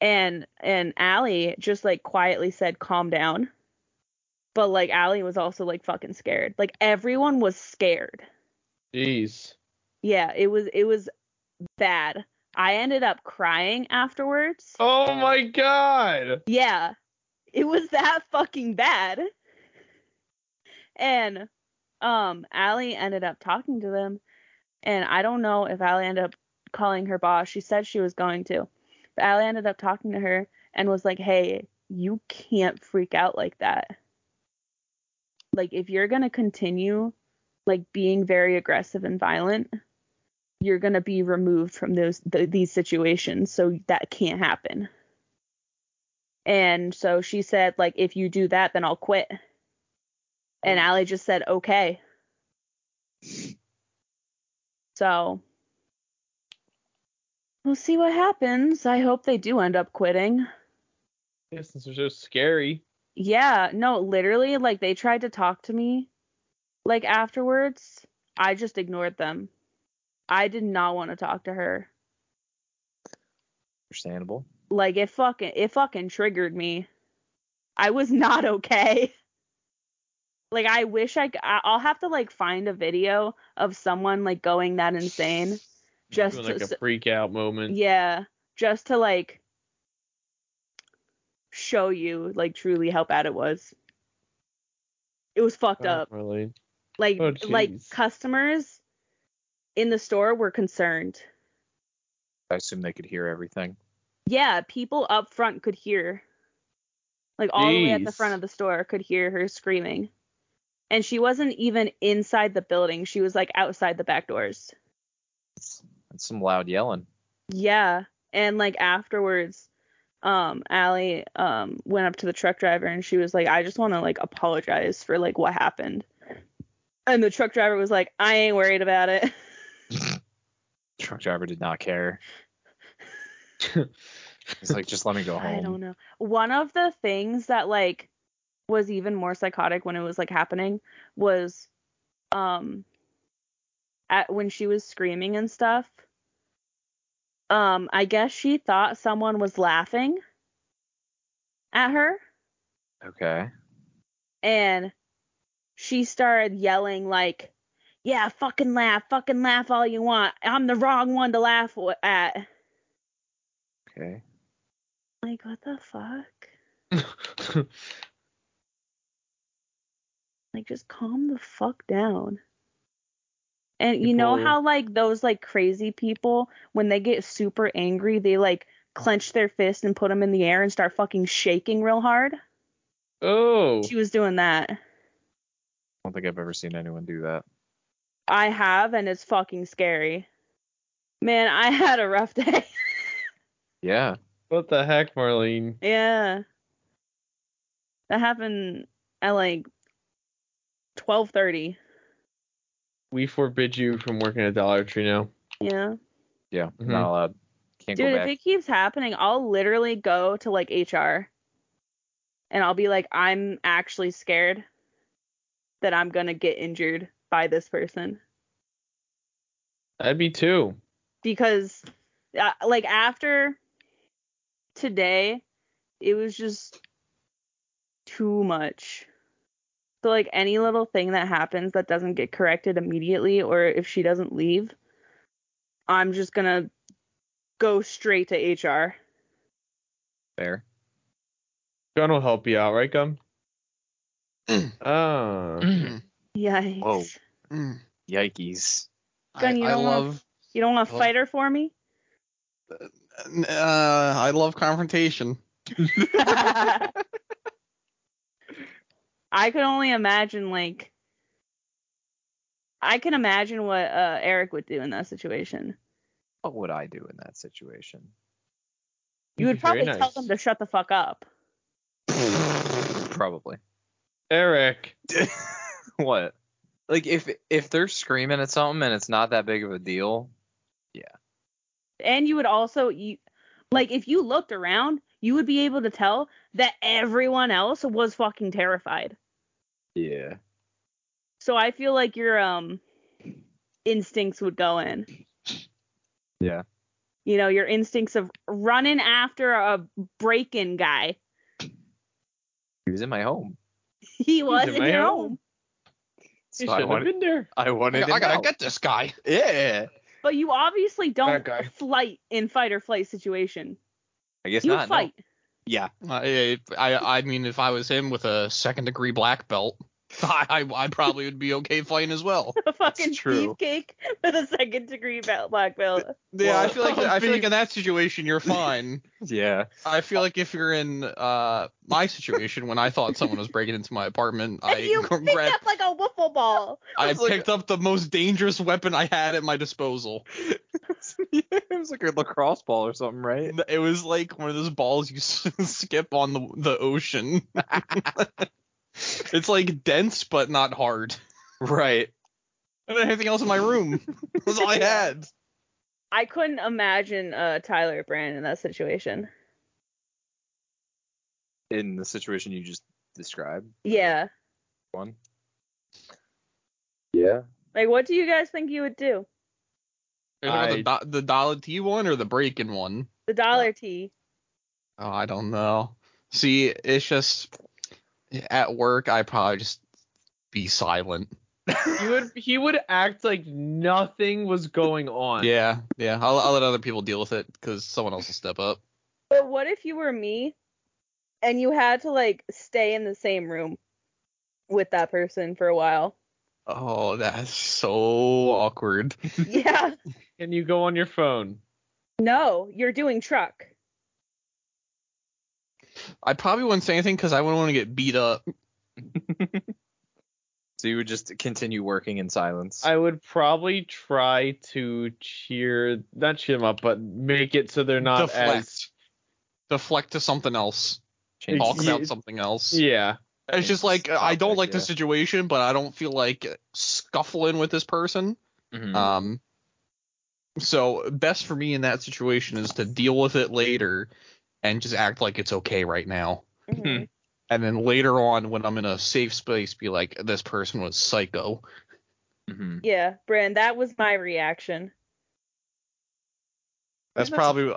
Speaker 4: and and Allie just like quietly said, "Calm down." But like Allie was also like fucking scared. Like everyone was scared.
Speaker 3: Jeez.
Speaker 4: Yeah, it was it was bad. I ended up crying afterwards.
Speaker 3: Oh my god.
Speaker 4: Yeah. It was that fucking bad. And um Allie ended up talking to them and I don't know if Allie ended up calling her boss. She said she was going to. But Allie ended up talking to her and was like, "Hey, you can't freak out like that. Like if you're going to continue like being very aggressive and violent, you're going to be removed from those th- these situations so that can't happen and so she said like if you do that then i'll quit and Allie just said okay so we'll see what happens i hope they do end up quitting
Speaker 3: Distance are so scary.
Speaker 4: yeah no literally like they tried to talk to me like afterwards i just ignored them i did not want to talk to her
Speaker 1: Understandable.
Speaker 4: like it fucking it fucking triggered me. I was not okay. Like I wish I c- I- I'll have to like find a video of someone like going that insane. Just
Speaker 3: Doing
Speaker 4: to,
Speaker 3: like
Speaker 4: s-
Speaker 3: a freak out moment.
Speaker 4: yeah, just to like show you like truly how bad it was. It was fucked
Speaker 3: Can't
Speaker 4: up.
Speaker 3: Really.
Speaker 4: Like
Speaker 3: Oh,
Speaker 4: like
Speaker 3: jeez.
Speaker 4: customers in the store were concerned.
Speaker 1: I assume they could hear everything.
Speaker 4: Yeah, people up front could hear. Like all the way at the
Speaker 3: Jeez.
Speaker 4: front of the store could hear her screaming. And she wasn't even inside the building. She was like outside the back doors.
Speaker 1: It's, it's some loud yelling.
Speaker 4: Yeah. And like afterwards, um, Allie um went up to the truck driver and she was like, I just wanna like apologize for like what happened. And the truck driver was like, I ain't worried about it.
Speaker 1: Truck driver did not care. He's like, just let me go home.
Speaker 4: I don't know. One of the things that like was even more psychotic when it was like happening was um at when she was screaming and stuff. Um I guess she thought someone was laughing at her
Speaker 1: Okay.
Speaker 4: and she started yelling like yeah, fucking laugh, fucking laugh all you want. I'm the wrong one to laugh w- at.
Speaker 1: Okay.
Speaker 4: Like what the fuck? Like just calm the fuck down. And you know
Speaker 3: People-
Speaker 4: how like those like crazy people when they get super angry, they like clench their fist and put them in the air and start fucking shaking real hard?
Speaker 3: oh.
Speaker 4: She was doing that.
Speaker 1: I don't think I've ever seen anyone do that.
Speaker 4: I have and it's fucking scary. Man, I had a rough day.
Speaker 1: Yeah.
Speaker 3: What the heck, Marlene?
Speaker 4: yeah. That happened at like 12:30.
Speaker 3: We forbid you from working at Dollar Tree now.
Speaker 4: Yeah.
Speaker 1: Yeah.
Speaker 3: Mhm.
Speaker 1: Not allowed. Can't
Speaker 4: Dude,
Speaker 1: go
Speaker 4: if
Speaker 1: back.
Speaker 4: it keeps happening, I'll literally go to like HR and I'll be like, I'm actually scared that I'm gonna get injured by this person
Speaker 3: I'd be too.
Speaker 4: because, uh, like, after today, it was just too much. So, like, any little thing that happens that doesn't get corrected immediately, or if she doesn't leave, I'm just gonna go straight to HR.
Speaker 1: Fair.
Speaker 3: Gun will help you out, right, Gum? oh.
Speaker 2: Mm,
Speaker 4: Yikes.
Speaker 1: Whoa.
Speaker 2: mm.
Speaker 1: Yikes.
Speaker 4: Gun, you
Speaker 2: I, I
Speaker 4: don't wanna-
Speaker 2: love
Speaker 4: You don't want to
Speaker 2: Well-
Speaker 4: fight her for me?
Speaker 2: uh, I love confrontation.
Speaker 4: I could only imagine like I can imagine what uh, Eric would do in that situation.
Speaker 1: What would I do in that situation?
Speaker 4: You would
Speaker 3: Very
Speaker 4: probably tell
Speaker 3: nice.
Speaker 4: them to shut the fuck up.
Speaker 1: Probably.
Speaker 3: Eric.
Speaker 1: what? Like if if they're screaming at something and it's not that big of a deal,
Speaker 4: And you would also you, like if you looked around, you would be able to tell that everyone else was fucking terrified.
Speaker 1: yeah.
Speaker 4: So I feel like your um instincts would go in.
Speaker 1: Yeah.
Speaker 4: You know, your instincts of running after a break-in guy.
Speaker 1: He was in my home.
Speaker 4: He was in
Speaker 3: my
Speaker 4: your
Speaker 3: home.
Speaker 4: home.
Speaker 1: So
Speaker 3: You
Speaker 1: I
Speaker 3: shouldn't have
Speaker 1: wanted,
Speaker 3: been there.
Speaker 1: I wanted him
Speaker 2: I gotta
Speaker 1: out.
Speaker 2: get this guy.
Speaker 1: Yeah.
Speaker 4: But you obviously don't
Speaker 3: That guy.
Speaker 4: flight in fight or flight situation.
Speaker 1: I guess
Speaker 4: you
Speaker 1: not. no.
Speaker 4: fight.
Speaker 1: Yeah.
Speaker 2: I, I I mean, if I was him with a second degree black belt, I I, I probably would be okay fighting as well.
Speaker 4: A fucking
Speaker 1: true.
Speaker 4: beefcake with a second degree belt black belt.
Speaker 2: Yeah, I feel like
Speaker 3: Well,
Speaker 2: I feel like in that situation you're fine.
Speaker 1: Yeah.
Speaker 2: I feel like if you're in uh my situation when I thought someone was breaking into my apartment,
Speaker 4: And
Speaker 2: I
Speaker 4: you picked
Speaker 2: grabbed,
Speaker 4: up like a wiffle ball.
Speaker 2: I
Speaker 1: It's like-
Speaker 2: picked up the most dangerous weapon I had at my disposal.
Speaker 1: it was like a lacrosse ball or something, right?
Speaker 2: It was like one of those balls you s- skip on the the ocean. it's like dense but not hard.
Speaker 1: Right.
Speaker 2: I didn't have anything else in my room. That's all I had.
Speaker 4: I couldn't imagine uh, Tyler Brand in that situation.
Speaker 1: In the situation you just described,
Speaker 4: Yeah.
Speaker 1: one. Yeah.
Speaker 4: Like, what do you guys think you would do?
Speaker 2: Are you talking about the, do- the Dollar T one or the break-in one?
Speaker 4: The dollar T.
Speaker 2: Oh, I don't know. See, it's just at work. I probably just be silent.
Speaker 3: He would he would act like nothing was going on.
Speaker 2: Yeah, yeah. I'll, I'll let other people deal with it because someone else will step up.
Speaker 4: But what if you were me and you had to like stay in the same room with that person for a while?
Speaker 2: Oh, that's so awkward.
Speaker 4: yeah.
Speaker 3: Can you go on your phone?
Speaker 4: No, you're doing truck.
Speaker 2: I probably wouldn't say anything because I wouldn't want to get beat up.
Speaker 1: So you would just continue working in silence.
Speaker 3: I would probably try to cheer not cheer them up, but make it so they're not
Speaker 2: deflect.
Speaker 3: as
Speaker 2: Deflect to something else.
Speaker 1: Change-
Speaker 2: Talk
Speaker 3: Yeah.
Speaker 2: about something else.
Speaker 3: Yeah.
Speaker 2: It's just like
Speaker 1: Topic,
Speaker 2: I don't like
Speaker 1: yeah.
Speaker 2: this situation, but I don't feel like scuffling with this person.
Speaker 3: Mm.
Speaker 1: Mhm.
Speaker 2: Um, so best for me in that situation is to deal with it later and just act like it's okay right now.
Speaker 4: Mhm.
Speaker 2: And then later on, when I'm in a safe space, be like, this person was psycho.
Speaker 1: Mhm.
Speaker 4: yeah, Brand, that was my reaction.
Speaker 2: That's
Speaker 1: that's-
Speaker 2: probably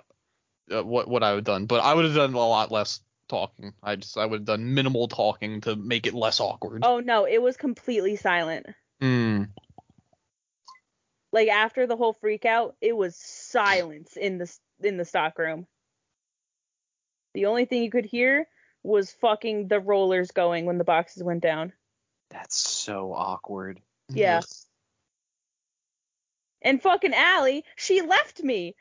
Speaker 2: uh, what what I would have done. But I would have done a lot less talking. I just I would have done minimal talking to make it less awkward.
Speaker 4: Oh no, it was completely silent.
Speaker 2: Hmm.
Speaker 4: Like after the whole freak out, it was silence in the in the stockroom. The only thing you could hear was fucking the rollers going when the boxes went down.
Speaker 1: That's so awkward.
Speaker 4: Yeah. And fucking Allie, she left me.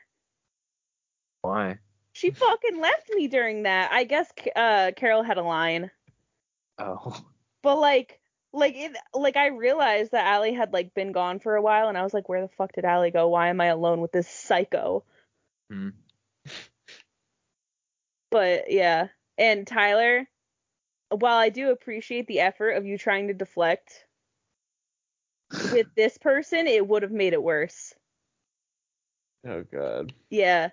Speaker 1: Why?
Speaker 4: She fucking left me during that. I guess uh, Carol had a line,
Speaker 1: Oh.
Speaker 4: but like, like it, like I realized that Allie had like been gone for a while, and I was like, where the fuck did Allie go? Why am I alone with this psycho?
Speaker 1: Hmm.
Speaker 4: But yeah, and Tyler, while I do appreciate the effort of you trying to deflect, with this person, it would have made it worse.
Speaker 3: Oh god.
Speaker 4: Yeah.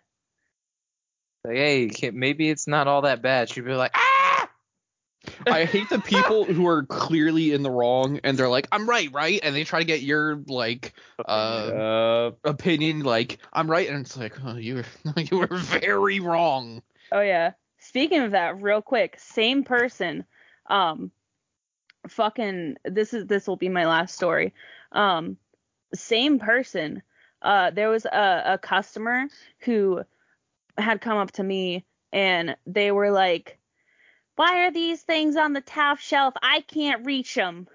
Speaker 1: Like, hey, can- maybe it's not all that bad. She'd be like, ah.
Speaker 2: I hate the people who are clearly in the wrong and they're like, I'm right, right? And they try to get your like
Speaker 4: Oh,
Speaker 2: uh
Speaker 3: Uh
Speaker 2: opinion like I'm right and it's like oh, you were no, you were very wrong.
Speaker 4: Oh yeah. Speaking of that, real quick, same person. Um fucking this is this will be my last story. Um same person. Uh there was a, a customer who had come up to me and they were like, "Why are these things on the top shelf? I can't reach them."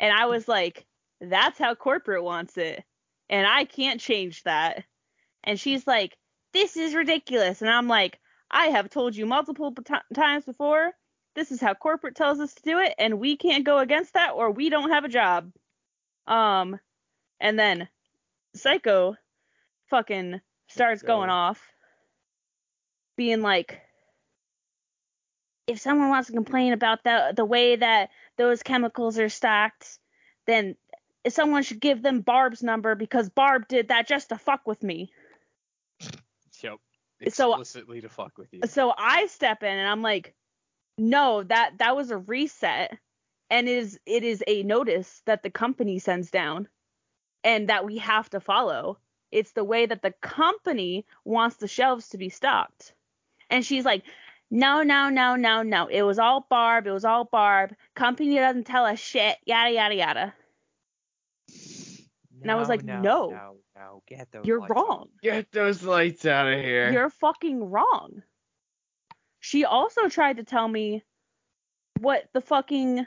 Speaker 4: And I was like, "That's how corporate wants it, and I can't change that." And she's like, this is ridiculous. And I'm like, I have told you multiple t- times before, this is how corporate tells us to do it, and we can't go against that or we don't have a job. Um, and then Psycho fucking starts
Speaker 3: Psycho.
Speaker 4: going off, being like, if someone wants to complain about the the way that those chemicals are stocked, then someone should give them Barb's number because Barb did that just to fuck with me.
Speaker 1: Yep.
Speaker 4: So- uh,
Speaker 1: Explicitly to fuck with you.
Speaker 4: So I step in and I'm like, no, that that was a reset, and it is it is a notice that the company sends down, and that we have to follow. It's the way that the company wants the shelves to be stocked. And she's like, no, no, no, no, no. It was all Barb. It was all Barb. Company doesn't tell us shit. Yada yada yada. and I was like, no,
Speaker 1: no, no, get those.
Speaker 4: You're
Speaker 1: lights
Speaker 4: wrong.
Speaker 3: Get those lights out of here.
Speaker 4: You're fucking wrong. She also tried to tell me what the fucking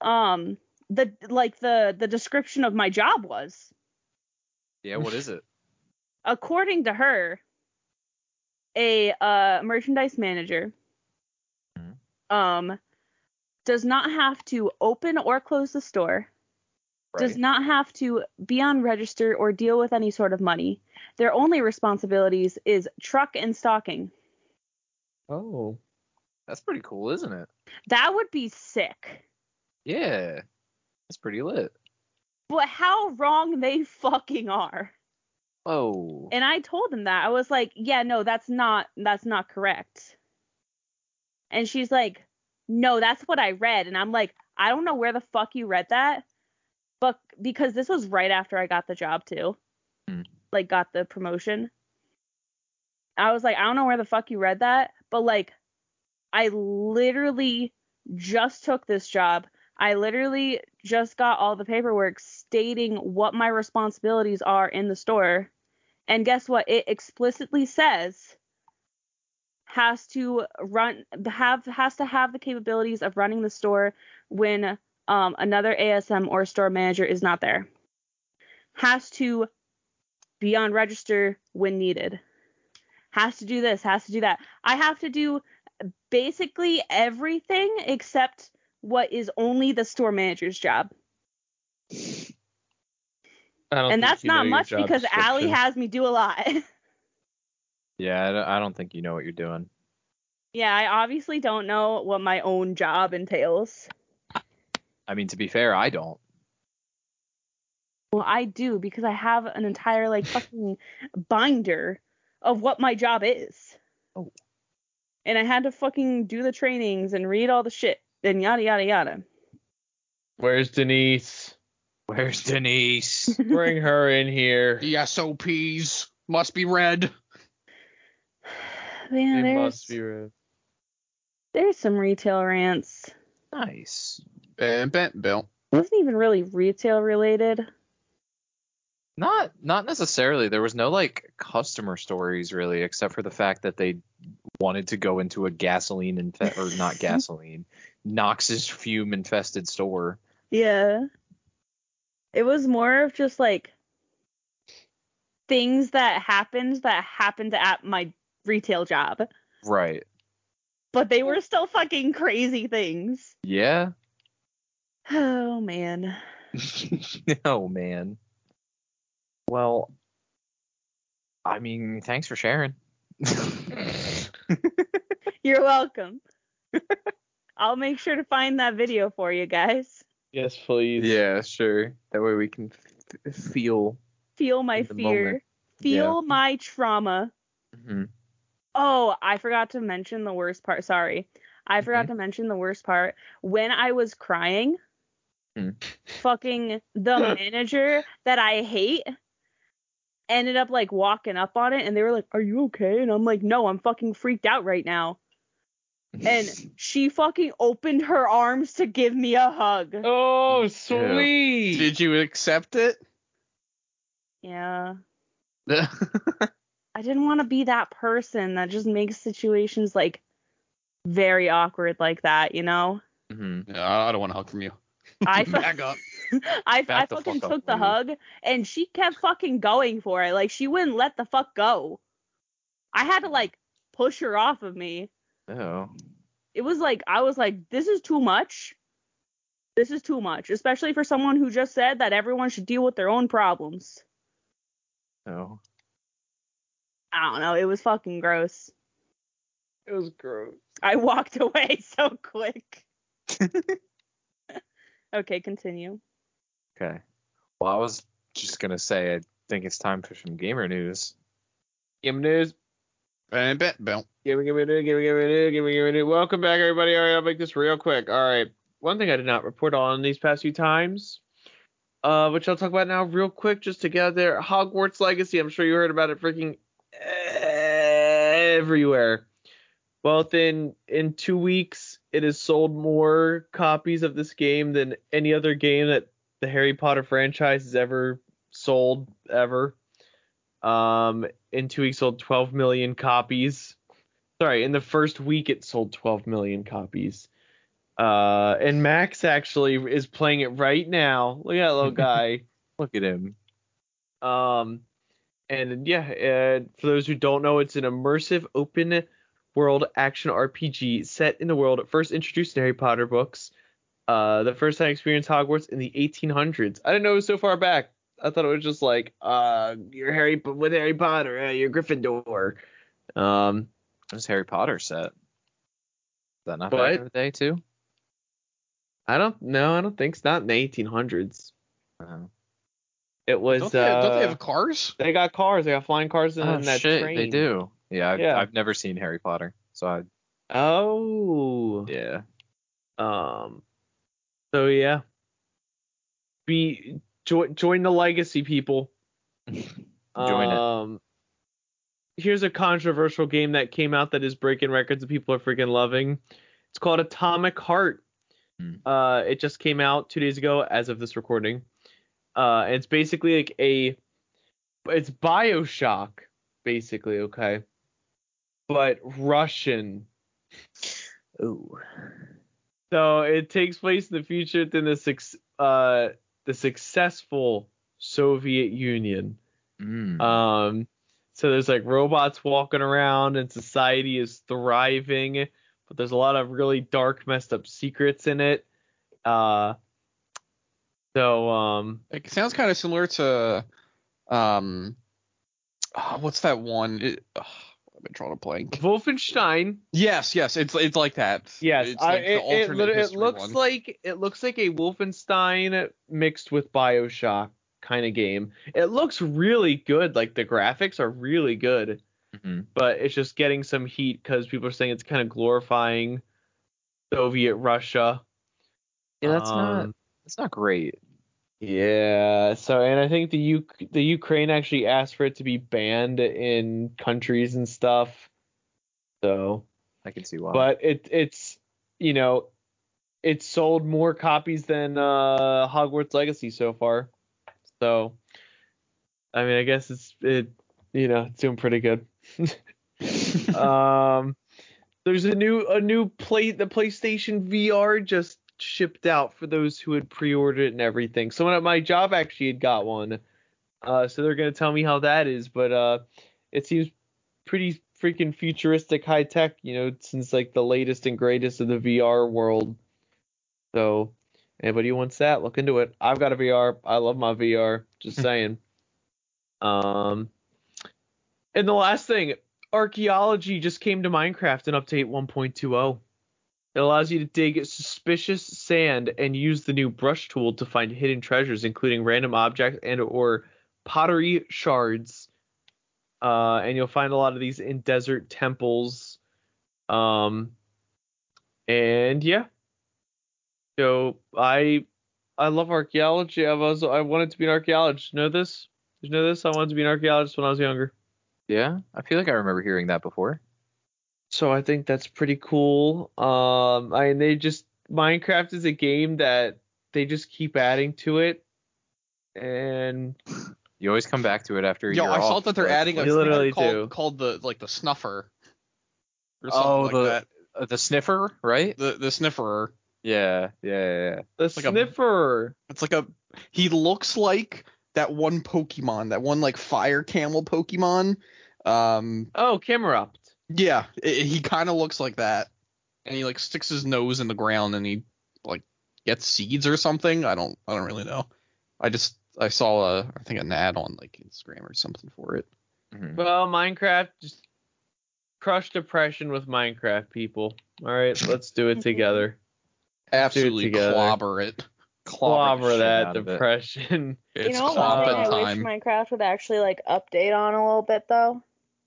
Speaker 4: um the like the the description of my job was.
Speaker 1: Yeah, what is it?
Speaker 4: According to her, a uh merchandise manager
Speaker 1: Mhm.
Speaker 4: um does not have to open or close the store. does not have to be on register or deal with any sort of money. Their only responsibilities is truck and stocking.
Speaker 3: Oh.
Speaker 1: That's pretty cool, isn't it?
Speaker 4: That would be sick.
Speaker 1: Yeah. That's pretty lit.
Speaker 4: But how wrong they fucking are.
Speaker 1: Whoa.
Speaker 4: And I told them that. I was like, "Yeah, no, that's not that's not correct." And she's like, "No, that's what I read." And I'm like, "I don't know where the fuck you read that." But because this was right after I got the job too.
Speaker 1: Hmm.
Speaker 4: Like got the promotion. I was like, "I don't know where the fuck you read that." But like I literally just took this job. I literally just got all the paperwork stating what my responsibilities are in the store. And guess what? It explicitly says has to run have has to have the capabilities of running the store when um, another ASM or store manager is not there. Has to be on register when needed. Has to do this, has to do that. I have to do basically everything except what is only the store manager's job.
Speaker 3: I
Speaker 4: And
Speaker 3: don't think
Speaker 4: that's
Speaker 3: you know
Speaker 4: not
Speaker 3: your
Speaker 4: much
Speaker 3: job
Speaker 4: because Allie
Speaker 3: description.
Speaker 4: has me do a lot.
Speaker 1: Yeah, I don't- I don't think you know what you're doing.
Speaker 4: yeah, I obviously don't know what my own job entails.
Speaker 1: I mean, to be fair, I don't.
Speaker 4: Well, I do because I have an entire like fucking binder of what my job is.
Speaker 1: Oh.
Speaker 4: And I had to fucking do the trainings and read all the shit and yada yada yada.
Speaker 3: Where's Denise?
Speaker 1: Where's Denise?
Speaker 3: Bring her in here.
Speaker 2: The SOPs must be read.
Speaker 4: Man,
Speaker 3: They
Speaker 4: there's
Speaker 3: must be rude.
Speaker 4: there's some retail rants.
Speaker 1: nice.
Speaker 2: And bent bill.
Speaker 4: wasn't even really retail related.
Speaker 1: Not not necessarily. There was no like customer stories really, except for the fact that they wanted to go into a gasoline infe- or not gasoline, Nox's fume infested store.
Speaker 4: Yeah. It was more of just like things that happened that happened at my retail job,
Speaker 1: Right.
Speaker 4: but they were still fucking crazy things.
Speaker 1: Yeah.
Speaker 4: Oh man.
Speaker 1: oh man. Well, I mean, thanks for sharing.
Speaker 4: You're welcome. I'll make sure to find that video for you guys.
Speaker 3: Yes, please.
Speaker 1: yeah, sure. That way we can f- feel.
Speaker 4: Feel my
Speaker 1: In the
Speaker 4: fear.
Speaker 1: moment.
Speaker 4: Feel my trauma.
Speaker 1: Mhm.
Speaker 4: Oh, I forgot to mention the worst part. Sorry. I
Speaker 1: Mm-hmm.
Speaker 4: forgot to mention the worst part. When I was crying,
Speaker 1: Hmm.
Speaker 4: fucking the manager that I hate ended up like walking up on it and they were like, Are you okay? And I'm like, No, I'm fucking freaked out right now. And she fucking opened her arms to give me a hug.
Speaker 3: Oh, sweet.
Speaker 2: Did you accept it?
Speaker 4: Yeah. I didn't want to be that person that just makes situations like very awkward like that, you know?
Speaker 1: Mhm.
Speaker 2: No, I don't want to hug from you.
Speaker 4: I fu-
Speaker 2: Back up.
Speaker 4: I, I
Speaker 1: Back the
Speaker 4: fucking
Speaker 1: fuck up,
Speaker 4: took the
Speaker 1: lady.
Speaker 4: hug and she kept fucking going for it. Like she wouldn't let the fuck go. I had to like push her off of me.
Speaker 1: Oh.
Speaker 4: It was like I was like, this is too much. This is too much, especially for someone who just said that everyone should deal with their own problems.
Speaker 1: Oh.
Speaker 4: I don't know. It was fucking gross.
Speaker 3: It was gross.
Speaker 4: I walked away so quick. okay, continue.
Speaker 1: Okay. Well, I was just gonna say I think it's time for some gamer news.
Speaker 3: Game news.
Speaker 2: And bet, belt.
Speaker 3: Give me, give me, give me, give me, give me, give me, give me. Welcome back, everybody. All right, I'll make this real quick. All right. One thing I did not report on these past few times, uh, which I'll talk about now real quick, just to get out there. Hogwarts Legacy. I'm sure you heard about it freaking everywhere. Well, within in two weeks, it has sold more copies of this game than any other game that the Harry Potter franchise has ever sold ever. Um, in two weeks, sold 12 million copies. Sorry, in the first week, it sold 12 million copies. Uh, and Max actually is playing it right now. Look at that little guy.
Speaker 1: Look at him.
Speaker 3: Um, and yeah, uh, for those who don't know, it's an immersive open world action RPG set in the world first introduced in Harry Potter books. Uh, the first time I experienced Hogwarts in the 1800s. I didn't know it was so far back. I thought it was just like, uh, you're Harry with Harry Potter, uh, you're Gryffindor. Um,
Speaker 1: It was Harry Potter set. Is that not
Speaker 3: What?
Speaker 1: back in the day too?
Speaker 3: I don't know. I don't think it's not in the 1800s.
Speaker 1: Uh-huh.
Speaker 3: It was.
Speaker 2: Don't, they, don't they
Speaker 3: uh,
Speaker 2: have cars?
Speaker 3: They got cars. They got flying cars and
Speaker 1: Oh
Speaker 3: then that
Speaker 1: shit,
Speaker 3: train.
Speaker 1: they do. Yeah I've,
Speaker 3: Yeah.
Speaker 1: I've never seen Harry Potter, so I
Speaker 3: Oh.
Speaker 1: yeah.
Speaker 3: Um. So yeah. Be join join the legacy, people.
Speaker 1: Join it.
Speaker 3: um, Here's a controversial game that came out that is breaking records that people are freaking loving. It's called Atomic Heart.
Speaker 1: Hmm.
Speaker 3: Uh, it just came out two days ago as of this recording. Uh, and it's basically like a, it's Bioshock, basically, okay, but Russian.
Speaker 1: Ooh.
Speaker 3: So it takes place in the future within the six, uh, the successful Soviet Union.
Speaker 1: Mm.
Speaker 3: Um, so there's like robots walking around and society is thriving, but there's a lot of really dark, messed up secrets in it. Uh, so um,
Speaker 2: It sounds kind of similar to, um, ah, what's that one? It, oh, I've been drawing a blank.
Speaker 3: Wolfenstein.
Speaker 2: Yes, yes, it's it's like that.
Speaker 3: Yes,
Speaker 2: it's
Speaker 3: I,
Speaker 2: like the
Speaker 3: it, it,
Speaker 2: alternate
Speaker 3: lit- it
Speaker 2: history
Speaker 3: looks
Speaker 2: one.
Speaker 3: like it looks like a Wolfenstein mixed with Bioshock kind of game. It looks really good. Like the graphics are really good.
Speaker 1: Mhm.
Speaker 3: but it's just getting some heat because people are saying it's kind of glorifying Soviet Russia.
Speaker 1: Yeah, that's not
Speaker 3: Um,
Speaker 1: that's not great.
Speaker 3: Yeah. So, and I think the U- the Ukraine actually asked for it to be banned in countries and stuff. So,
Speaker 1: I can see why.
Speaker 3: but it it's you know, it sold more copies than uh, Hogwarts Legacy so far. So, I mean, I guess it's it you know it's doing pretty good. um there's a new a new play the PlayStation VR just shipped out for those who had pre-ordered it and everything. Someone at my job actually had got one. Uh so they're going to tell me how that is, but uh it seems pretty freaking futuristic high tech, you know, since like the latest and greatest of the VR world. So anybody who wants that, look into it. I've got a VR. I love my VR. Just saying. um and the last thing, archaeology just came to Minecraft in update 1.20. oh. It allows you to dig suspicious sand and use the new brush tool to find hidden treasures, including random objects and or pottery shards. Uh, and you'll find a lot of these in desert temples. Um, and yeah. So I I love archaeology. I was I wanted to be an archaeologist. You know this? You know this? I wanted to be an archaeologist when I was younger.
Speaker 1: yeah, I feel like I remember hearing that before.
Speaker 3: So I think that's pretty cool. Um, I and they just Minecraft is a game that they just keep adding to it, and
Speaker 1: You always come back to it after. a
Speaker 2: Yo,
Speaker 1: year
Speaker 2: I saw
Speaker 1: off,
Speaker 2: that they're
Speaker 1: but-
Speaker 2: adding a
Speaker 3: They literally
Speaker 2: called,
Speaker 3: do.
Speaker 2: called the like the snuffer. Or something
Speaker 1: Oh,
Speaker 2: like
Speaker 1: the
Speaker 2: that.
Speaker 1: uh, the sniffer, right?
Speaker 2: the the snifferer.
Speaker 1: Yeah, yeah, yeah.
Speaker 3: the
Speaker 2: like a-
Speaker 3: sniffer.
Speaker 2: It's like a he looks like that one Pokemon, that one like fire camel Pokemon. Um,
Speaker 3: oh, Camerupt.
Speaker 2: yeah, i he kind of looks like that, and he like sticks his nose in the ground and he like gets seeds or something. I don't I don't really know. I just I saw a I think an ad on like Instagram or something for it.
Speaker 1: Mhm.
Speaker 3: Well, Minecraft just crush depression with Minecraft, people. All right, let's do it together.
Speaker 2: Absolutely
Speaker 3: together.
Speaker 2: clobber it.
Speaker 1: Clobber, the
Speaker 3: Clobber
Speaker 1: shit
Speaker 3: that
Speaker 1: out of it.
Speaker 3: depression.
Speaker 4: You
Speaker 2: It's
Speaker 4: know what
Speaker 2: clobber
Speaker 4: one
Speaker 3: clobbered
Speaker 4: thing I wish
Speaker 2: time.
Speaker 4: Minecraft would actually like update on a little bit though?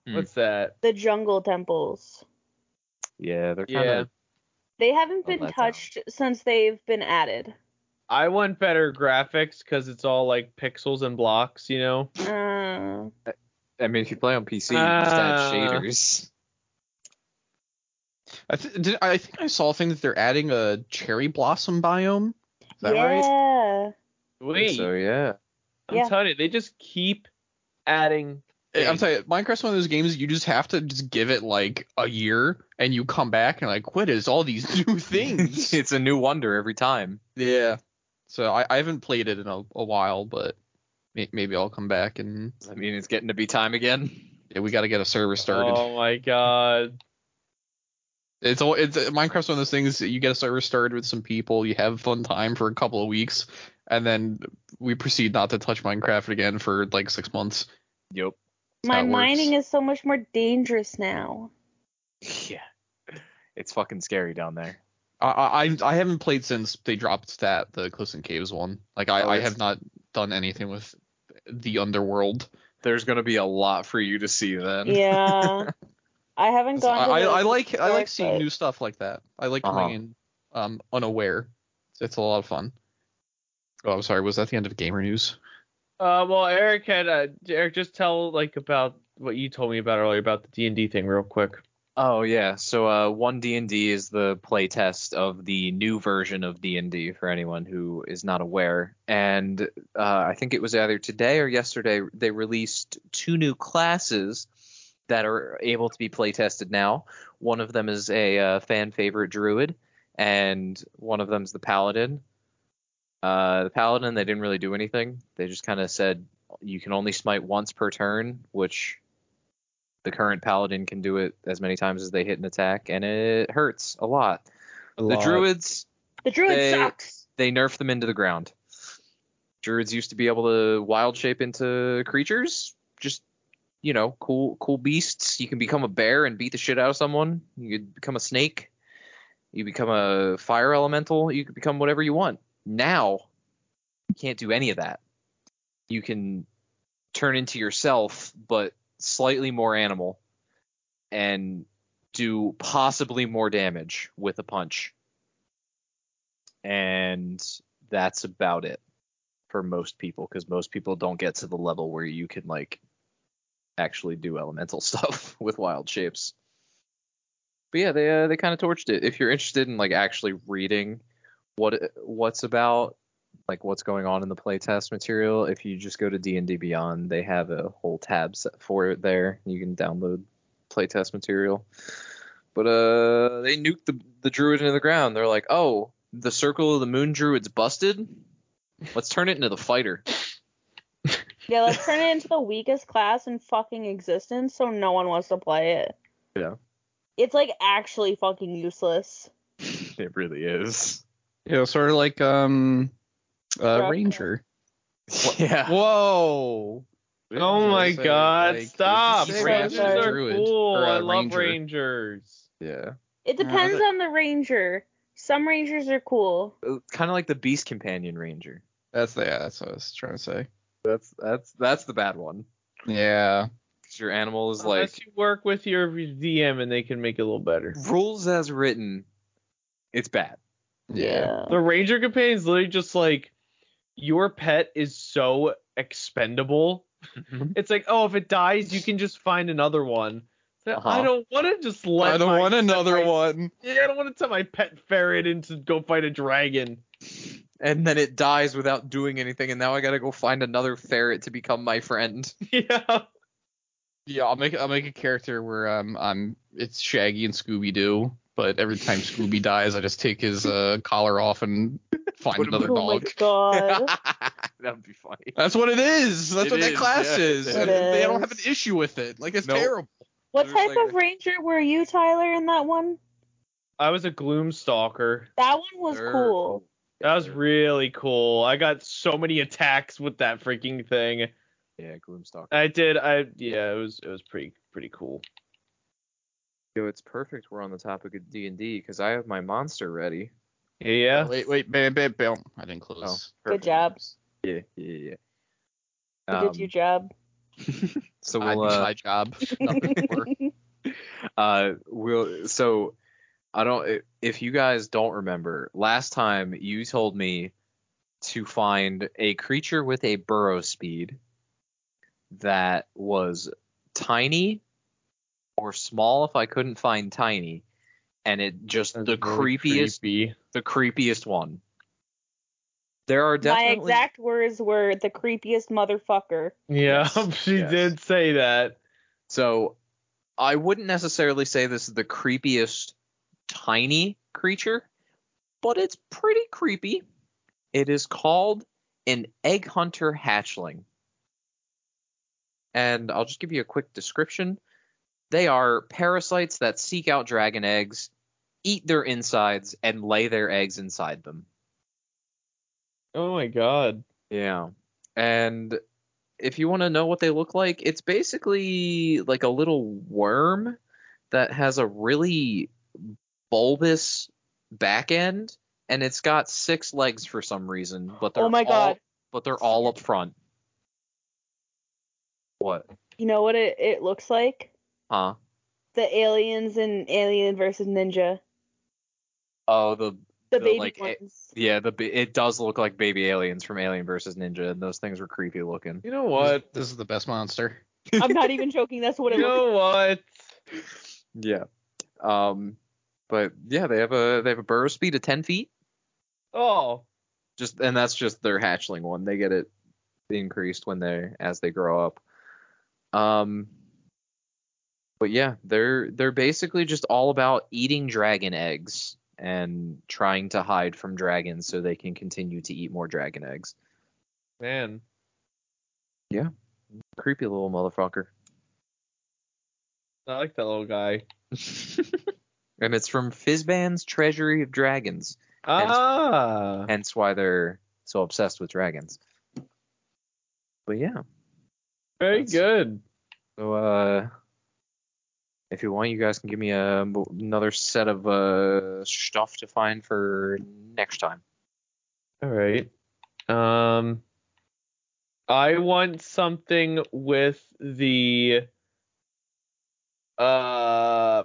Speaker 1: Hmm.
Speaker 3: What's that?
Speaker 4: The jungle temples.
Speaker 1: Yeah, they're kind
Speaker 3: Yeah.
Speaker 1: of.
Speaker 4: They haven't
Speaker 1: Oh,
Speaker 4: been
Speaker 1: letdown.
Speaker 4: touched since they've been added.
Speaker 3: I want better graphics because it's all like pixels and blocks, you know.
Speaker 4: Uh,
Speaker 1: I mean, if you play on PC, you just add
Speaker 3: Ah.
Speaker 1: shaders.
Speaker 2: I, th- did, I think I saw a thing that they're adding a cherry blossom biome. Is that right?
Speaker 4: yeah.
Speaker 3: Wait,
Speaker 1: So yeah.
Speaker 3: I'm
Speaker 4: Yeah.
Speaker 3: telling you, they just keep adding.
Speaker 2: I'm telling you, Minecraft's one of those games you just have to just give it like a year, and you come back and like, what is all these new things?
Speaker 1: it's a new wonder every time.
Speaker 2: yeah. So I, I haven't played it in a, a while, but may- maybe I'll come back and
Speaker 1: I mean, it's getting to be time again.
Speaker 2: yeah, we got to get a server started.
Speaker 3: Oh my god.
Speaker 2: It's all it's Minecraft's one of those things that you get a server started with some people, you have fun time for a couple of weeks, and then we proceed not to touch Minecraft again for like six months.
Speaker 1: Yep.
Speaker 4: My
Speaker 2: how it works.
Speaker 4: mining is so much more dangerous now.
Speaker 1: Yeah. It's fucking scary down there.
Speaker 2: I I I haven't played since they dropped that the Clifton Caves one. Like I,
Speaker 1: Oh,
Speaker 2: I
Speaker 1: it's-
Speaker 2: have not done anything with the underworld.
Speaker 1: There's gonna be a lot for you to see then.
Speaker 4: Yeah. I haven't
Speaker 2: So
Speaker 4: gone to
Speaker 2: I, I,
Speaker 4: those
Speaker 2: I like I like
Speaker 4: historic
Speaker 2: seeing
Speaker 4: sites.
Speaker 2: new stuff like that. I like
Speaker 1: Uh-huh.
Speaker 2: coming in um unaware. It's, it's a lot of fun. Oh, I'm sorry. Was that the end of gamer news?
Speaker 3: Uh, well, Eric had uh, Eric just tell like about what you told me about earlier about the D and D thing real quick.
Speaker 1: Oh yeah. So uh, one D and D is the playtest of the new version of D and D for anyone who is not aware. And uh, I think it was either today or yesterday they released two new classes that are able to be playtested now. One of them is a uh, fan favorite druid, and one of them's the paladin. Uh, the paladin they didn't really do anything. They just kind of said you can only smite once per turn, which the current paladin can do it as many times as they hit an attack, and it hurts a lot. the druids,
Speaker 4: The druid
Speaker 1: They-
Speaker 4: sucks.
Speaker 1: they nerf them into the ground. Druids used to be able to wild shape into creatures, just you know, cool cool beasts. You can become a bear and beat the shit out of someone. You could become a snake. You become a fire elemental. You could become whatever you want. Now, you can't do any of that. You can turn into yourself, but slightly more animal, and do possibly more damage with a punch and that's about it for most people because most people don't get to the level where you can like actually do elemental stuff with wild shapes. But yeah, they uh, they kind of torched it. If you're interested in like actually reading what it- what's about, like what's going on in the playtest material, if you just go to D and D Beyond, they have a whole tab set for it there. You can download playtest material. But uh, they nuked the the druid into the ground. They're like, oh, the circle of the moon druid's busted. Let's turn it into the fighter.
Speaker 4: Yeah, let's turn it into the weakest class in fucking existence so no one wants to play it.
Speaker 1: Yeah.
Speaker 4: It's like actually fucking useless.
Speaker 1: It really is.
Speaker 2: You know, sort of like um, uh,
Speaker 4: Rock.
Speaker 2: ranger.
Speaker 1: Yeah.
Speaker 2: Whoa.
Speaker 3: Oh my god! stop!
Speaker 4: just
Speaker 3: Rangers
Speaker 4: say
Speaker 3: are
Speaker 2: druid,
Speaker 3: cool.
Speaker 2: or, uh,
Speaker 3: I love
Speaker 2: ranger.
Speaker 3: rangers.
Speaker 2: Yeah.
Speaker 4: It
Speaker 2: Yeah,
Speaker 4: depends
Speaker 2: but-
Speaker 4: on the ranger. Some rangers are cool.
Speaker 1: Kind of like the beast companion ranger.
Speaker 2: That's the, yeah, that's what I was trying to say.
Speaker 1: That's that's that's the bad one.
Speaker 2: Yeah.
Speaker 1: 'Cause Your animal is
Speaker 3: Unless
Speaker 1: like
Speaker 3: you work with your DM and they can make it a little better.
Speaker 1: rules as written. It's bad.
Speaker 2: Yeah.
Speaker 3: The ranger companion is literally just like your pet is so expendable.
Speaker 1: Mhm.
Speaker 3: It's like, oh, if it dies, you can just find another one. It's like, I
Speaker 1: Uh-huh.
Speaker 3: don't want to just let.
Speaker 2: I don't
Speaker 3: my-
Speaker 2: want another
Speaker 3: my-
Speaker 2: one.
Speaker 3: Yeah, I don't want to tell my pet ferret into go fight a dragon.
Speaker 1: And then it dies without doing anything, and now I gotta go find another ferret to become my friend.
Speaker 3: yeah.
Speaker 2: Yeah, I'll make I'll make a character where um I'm it's Shaggy and Scooby Doo, but every time Scooby dies, I just take his uh collar off and find
Speaker 1: Put him-
Speaker 2: another
Speaker 4: oh my
Speaker 2: dog.
Speaker 4: god.
Speaker 1: That'd be funny.
Speaker 2: That's what it is. That's
Speaker 1: It
Speaker 2: what that
Speaker 1: is,
Speaker 2: class
Speaker 1: yeah.
Speaker 2: is.
Speaker 1: It
Speaker 2: And They don't
Speaker 4: is.
Speaker 2: have an issue with it. Like it's
Speaker 1: Nope.
Speaker 2: terrible.
Speaker 4: what
Speaker 1: There's
Speaker 4: type
Speaker 1: like
Speaker 4: of
Speaker 1: a-
Speaker 4: ranger were you, Tyler, in that one?
Speaker 3: I was a gloom stalker.
Speaker 4: That one was
Speaker 1: They're
Speaker 4: cool.
Speaker 3: That was really cool. I got so many attacks with that freaking thing.
Speaker 1: Yeah, Gloomstalker.
Speaker 3: I did. I yeah. It was it was pretty pretty cool.
Speaker 1: Yo, it's perfect. We're on the topic of D and D because I have my monster ready.
Speaker 3: Yeah.
Speaker 2: Wait, wait, bam, bam, bam. I didn't
Speaker 1: Oh,
Speaker 2: close.
Speaker 4: Good job.
Speaker 1: Yeah, yeah,
Speaker 4: You
Speaker 1: yeah.
Speaker 4: did
Speaker 2: Um,
Speaker 4: your job.
Speaker 1: Um, so
Speaker 2: I
Speaker 1: we'll,
Speaker 2: did
Speaker 1: uh,
Speaker 2: my job. Nothing more.
Speaker 1: uh we'll so i don't if you guys don't remember last time you told me to find a creature with a burrow speed that was tiny or small if i couldn't find tiny and it just
Speaker 3: That's
Speaker 1: the
Speaker 3: really
Speaker 1: creepiest
Speaker 3: creepy.
Speaker 1: the creepiest one there are
Speaker 4: My
Speaker 1: definitely
Speaker 4: exact words were the creepiest motherfucker.
Speaker 3: Yeah,
Speaker 1: Yes,
Speaker 3: she
Speaker 1: yes.
Speaker 3: did say that.
Speaker 1: So I wouldn't necessarily say this is the creepiest tiny creature, but it's pretty creepy. It is called an egg hunter hatchling. And I'll just give you a quick description. They are parasites that seek out dragon eggs, eat their insides, and lay their eggs inside them.
Speaker 3: Oh my god.
Speaker 1: Yeah. And if you want to know what they look like, it's basically like a little worm that has a really bulbous back end and it's got six legs for some reason, but they're
Speaker 4: Oh my
Speaker 1: all,
Speaker 4: god.
Speaker 1: but they're all up front. What?
Speaker 4: You know what it, it looks like?
Speaker 1: Huh?
Speaker 4: The aliens in Alien versus Ninja.
Speaker 1: Oh, the The,
Speaker 4: The baby
Speaker 1: like, it-
Speaker 4: ones.
Speaker 1: yeah, the ba- it does look like baby aliens from Alien versus Ninja and those things were creepy looking.
Speaker 3: You know what?
Speaker 2: This is the best monster.
Speaker 4: I'm not even joking. That's what
Speaker 3: You
Speaker 4: it looks
Speaker 3: know what?
Speaker 1: Yeah. Um but yeah, they have a they have a burrow speed of 10 feet.
Speaker 3: Oh,
Speaker 1: just and that's just their hatchling one. They get it increased when they as they grow up. Um but yeah, they're they're basically just all about eating dragon eggs and trying to hide from dragons so they can continue to eat more dragon eggs.
Speaker 3: man.
Speaker 1: Creepy little motherfucker.
Speaker 3: I like that little guy.
Speaker 1: and it's from Fizban's Treasury of Dragons.
Speaker 3: Ah.
Speaker 1: Hence why they're so obsessed with dragons. But yeah.
Speaker 3: Very
Speaker 1: that's-
Speaker 3: good.
Speaker 1: So, uh, if you want, you guys can give me a, another set of uh, stuff to find for next time.
Speaker 3: All right. Um I want something with the uh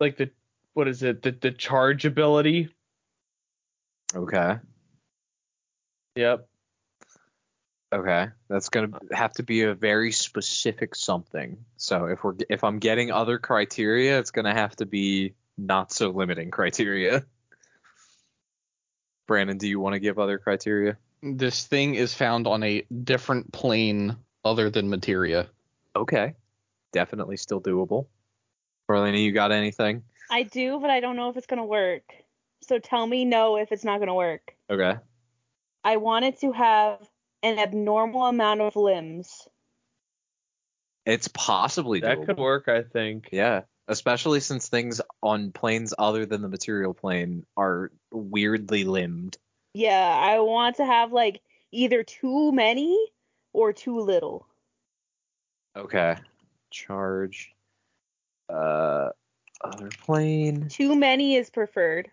Speaker 3: like the what is it? The the charge ability.
Speaker 1: Okay.
Speaker 3: Yep.
Speaker 1: Okay. That's gonna have to be a very specific something. So if we're if I'm getting other criteria, it's gonna have to be not so limiting criteria. Brandon, do you want to give other criteria?
Speaker 2: This thing is found on a different plane other than materia.
Speaker 1: Okay. Definitely still doable. Marlena, you got anything?
Speaker 4: I do, but I don't know if it's gonna work. So tell me no if it's not gonna work.
Speaker 1: Okay.
Speaker 4: I wanted to have an abnormal amount of limbs.
Speaker 1: It's possibly doable.
Speaker 3: That could work, I think.
Speaker 1: Yeah, especially since things on planes other than the material plane are weirdly limbed.
Speaker 4: Yeah, I want to have like either too many or too little.
Speaker 1: Okay. Charge. Uh, other plane.
Speaker 4: Too many is preferred.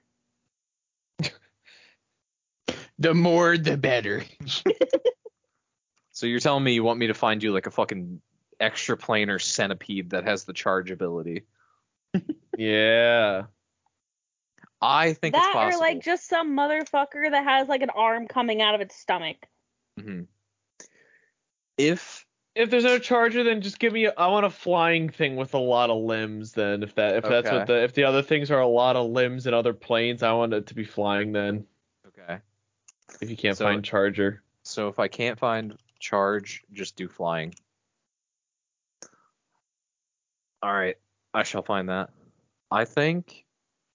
Speaker 2: The more, the better.
Speaker 1: So you're telling me you want me to find you like a fucking extra planar centipede that has the charge ability?
Speaker 3: Yeah.
Speaker 1: I think it's
Speaker 4: that
Speaker 1: possible.
Speaker 4: or like just some motherfucker that has like an arm coming out of its stomach.
Speaker 1: Mhm. If
Speaker 3: If there's no charger, then just give me. I want a flying thing with a lot of limbs. Then, if that, if that's
Speaker 1: Okay.
Speaker 3: what the, if the other things are a lot of limbs and other planes, I want it to be flying. Then,
Speaker 1: okay,
Speaker 3: if you can't
Speaker 1: So-
Speaker 3: find charger,
Speaker 1: so if I can't find charge, just do flying. All right, I shall find that. I think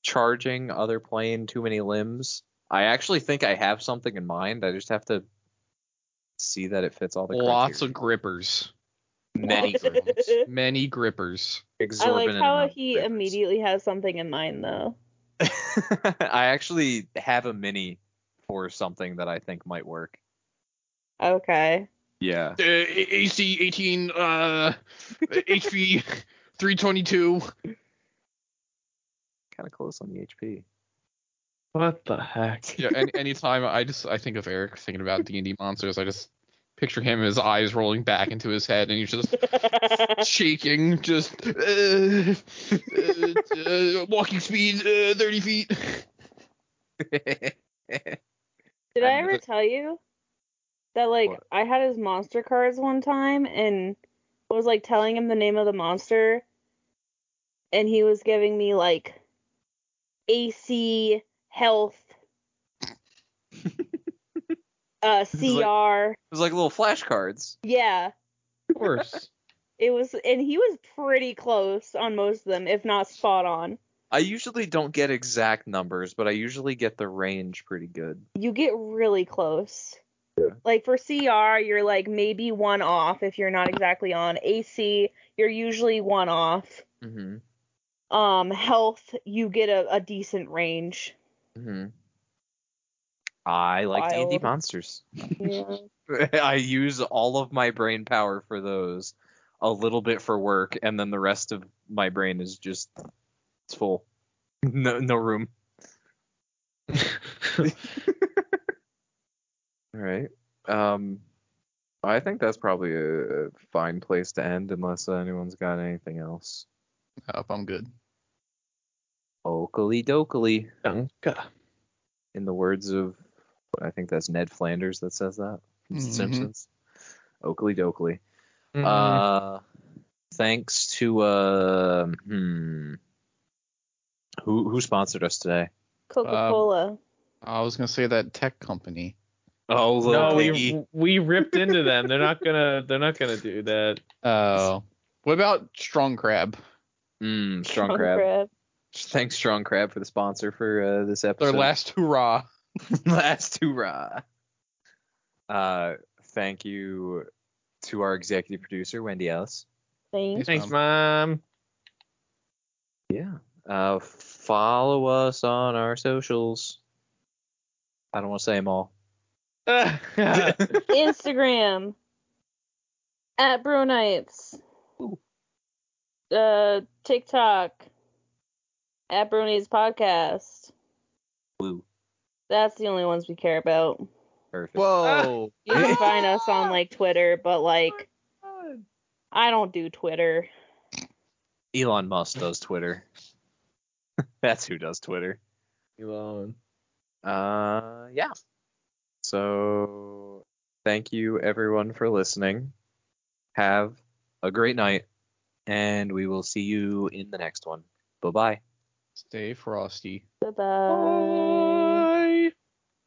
Speaker 1: charging other plane too many limbs. I actually think I have something in mind. I just have to see that it fits all the
Speaker 2: Lots
Speaker 1: criteria.
Speaker 2: of grippers.
Speaker 1: many groups,
Speaker 2: Many grippers.
Speaker 4: I like
Speaker 1: exorbitant amount
Speaker 4: how
Speaker 1: of
Speaker 4: he
Speaker 1: grippers.
Speaker 4: immediately has something in mind though.
Speaker 1: I actually have a mini for something that I think might work.
Speaker 4: Okay.
Speaker 1: Yeah.
Speaker 2: Uh, A- AC 18, uh, HV 322.
Speaker 1: kind of close on the HP.
Speaker 3: What the heck?
Speaker 2: Yeah, any, anytime I just I think of Eric thinking about D and D monsters, I just picture him his eyes rolling back into his head and he's just shaking, just uh, uh, uh, walking speed uh, thirty feet.
Speaker 4: Did I
Speaker 2: And
Speaker 4: ever
Speaker 2: the-
Speaker 4: tell you that like
Speaker 1: What?
Speaker 4: I had his monster cards one time and was like telling him the name of the monster and he was giving me like AC health uh CR.
Speaker 1: It was like little flashcards.
Speaker 4: yeah.
Speaker 3: Of course.
Speaker 4: It was and he was pretty close on most of them, if not spot on.
Speaker 1: I usually don't get exact numbers, but I usually get the range pretty good.
Speaker 4: You get really close. Like for CR, you're like maybe one off if you're not exactly on. AC, you're usually one off.
Speaker 1: Mm-hmm.
Speaker 4: um health you get a, a decent range
Speaker 1: Mm-hmm. I like D and D
Speaker 4: Wild.
Speaker 1: monsters.
Speaker 4: yeah.
Speaker 1: I use all of my brain power for those, a little bit for work, and then the rest of my brain is just it's full. No no room. All right. Um I think that's probably a a fine place to end unless anyone's got anything else.
Speaker 2: Up, I'm good.
Speaker 1: Oakley dokley,
Speaker 3: Dunka.
Speaker 1: in the words of I think that's Ned Flanders that says that. from The
Speaker 3: Mm-hmm.
Speaker 2: Mhm.
Speaker 1: Simpsons. Oakley dokley.
Speaker 3: Mm.
Speaker 1: Uh, thanks to uh, hmm, who who sponsored us today?
Speaker 4: coca-cola
Speaker 1: Um,
Speaker 2: I was gonna say that tech company.
Speaker 1: Oh, little
Speaker 3: no,
Speaker 1: piggy.
Speaker 3: we we ripped into them. They're not gonna they're not gonna do that.
Speaker 2: Oh, what about Strong Crab?
Speaker 1: Mm, strong
Speaker 4: Drunk
Speaker 1: crab.
Speaker 4: crab.
Speaker 1: Thanks, strong crab, for the sponsor for uh, this
Speaker 2: Their
Speaker 1: episode.
Speaker 2: last hurrah.
Speaker 1: last hurrah. Uh, thank you to our executive producer Wendy Ellis.
Speaker 4: Thanks.
Speaker 3: Thanks, mom.
Speaker 1: Yeah. Uh, follow us on our socials. I don't want to say them all.
Speaker 4: instagram at bro nights uh tiktok at bro Nights podcast
Speaker 1: Blue.
Speaker 4: that's the only ones we care about
Speaker 1: Perfect. Oh.
Speaker 2: Whoa.
Speaker 4: you can find us on like twitter but like i don't do twitter
Speaker 1: Elon Musk does Twitter. That's who does Twitter.
Speaker 3: Elon.
Speaker 1: Uh, yeah. So, thank you everyone for listening. Have a great night, and we will see you in the next one. Bye bye.
Speaker 2: Stay frosty.
Speaker 4: bye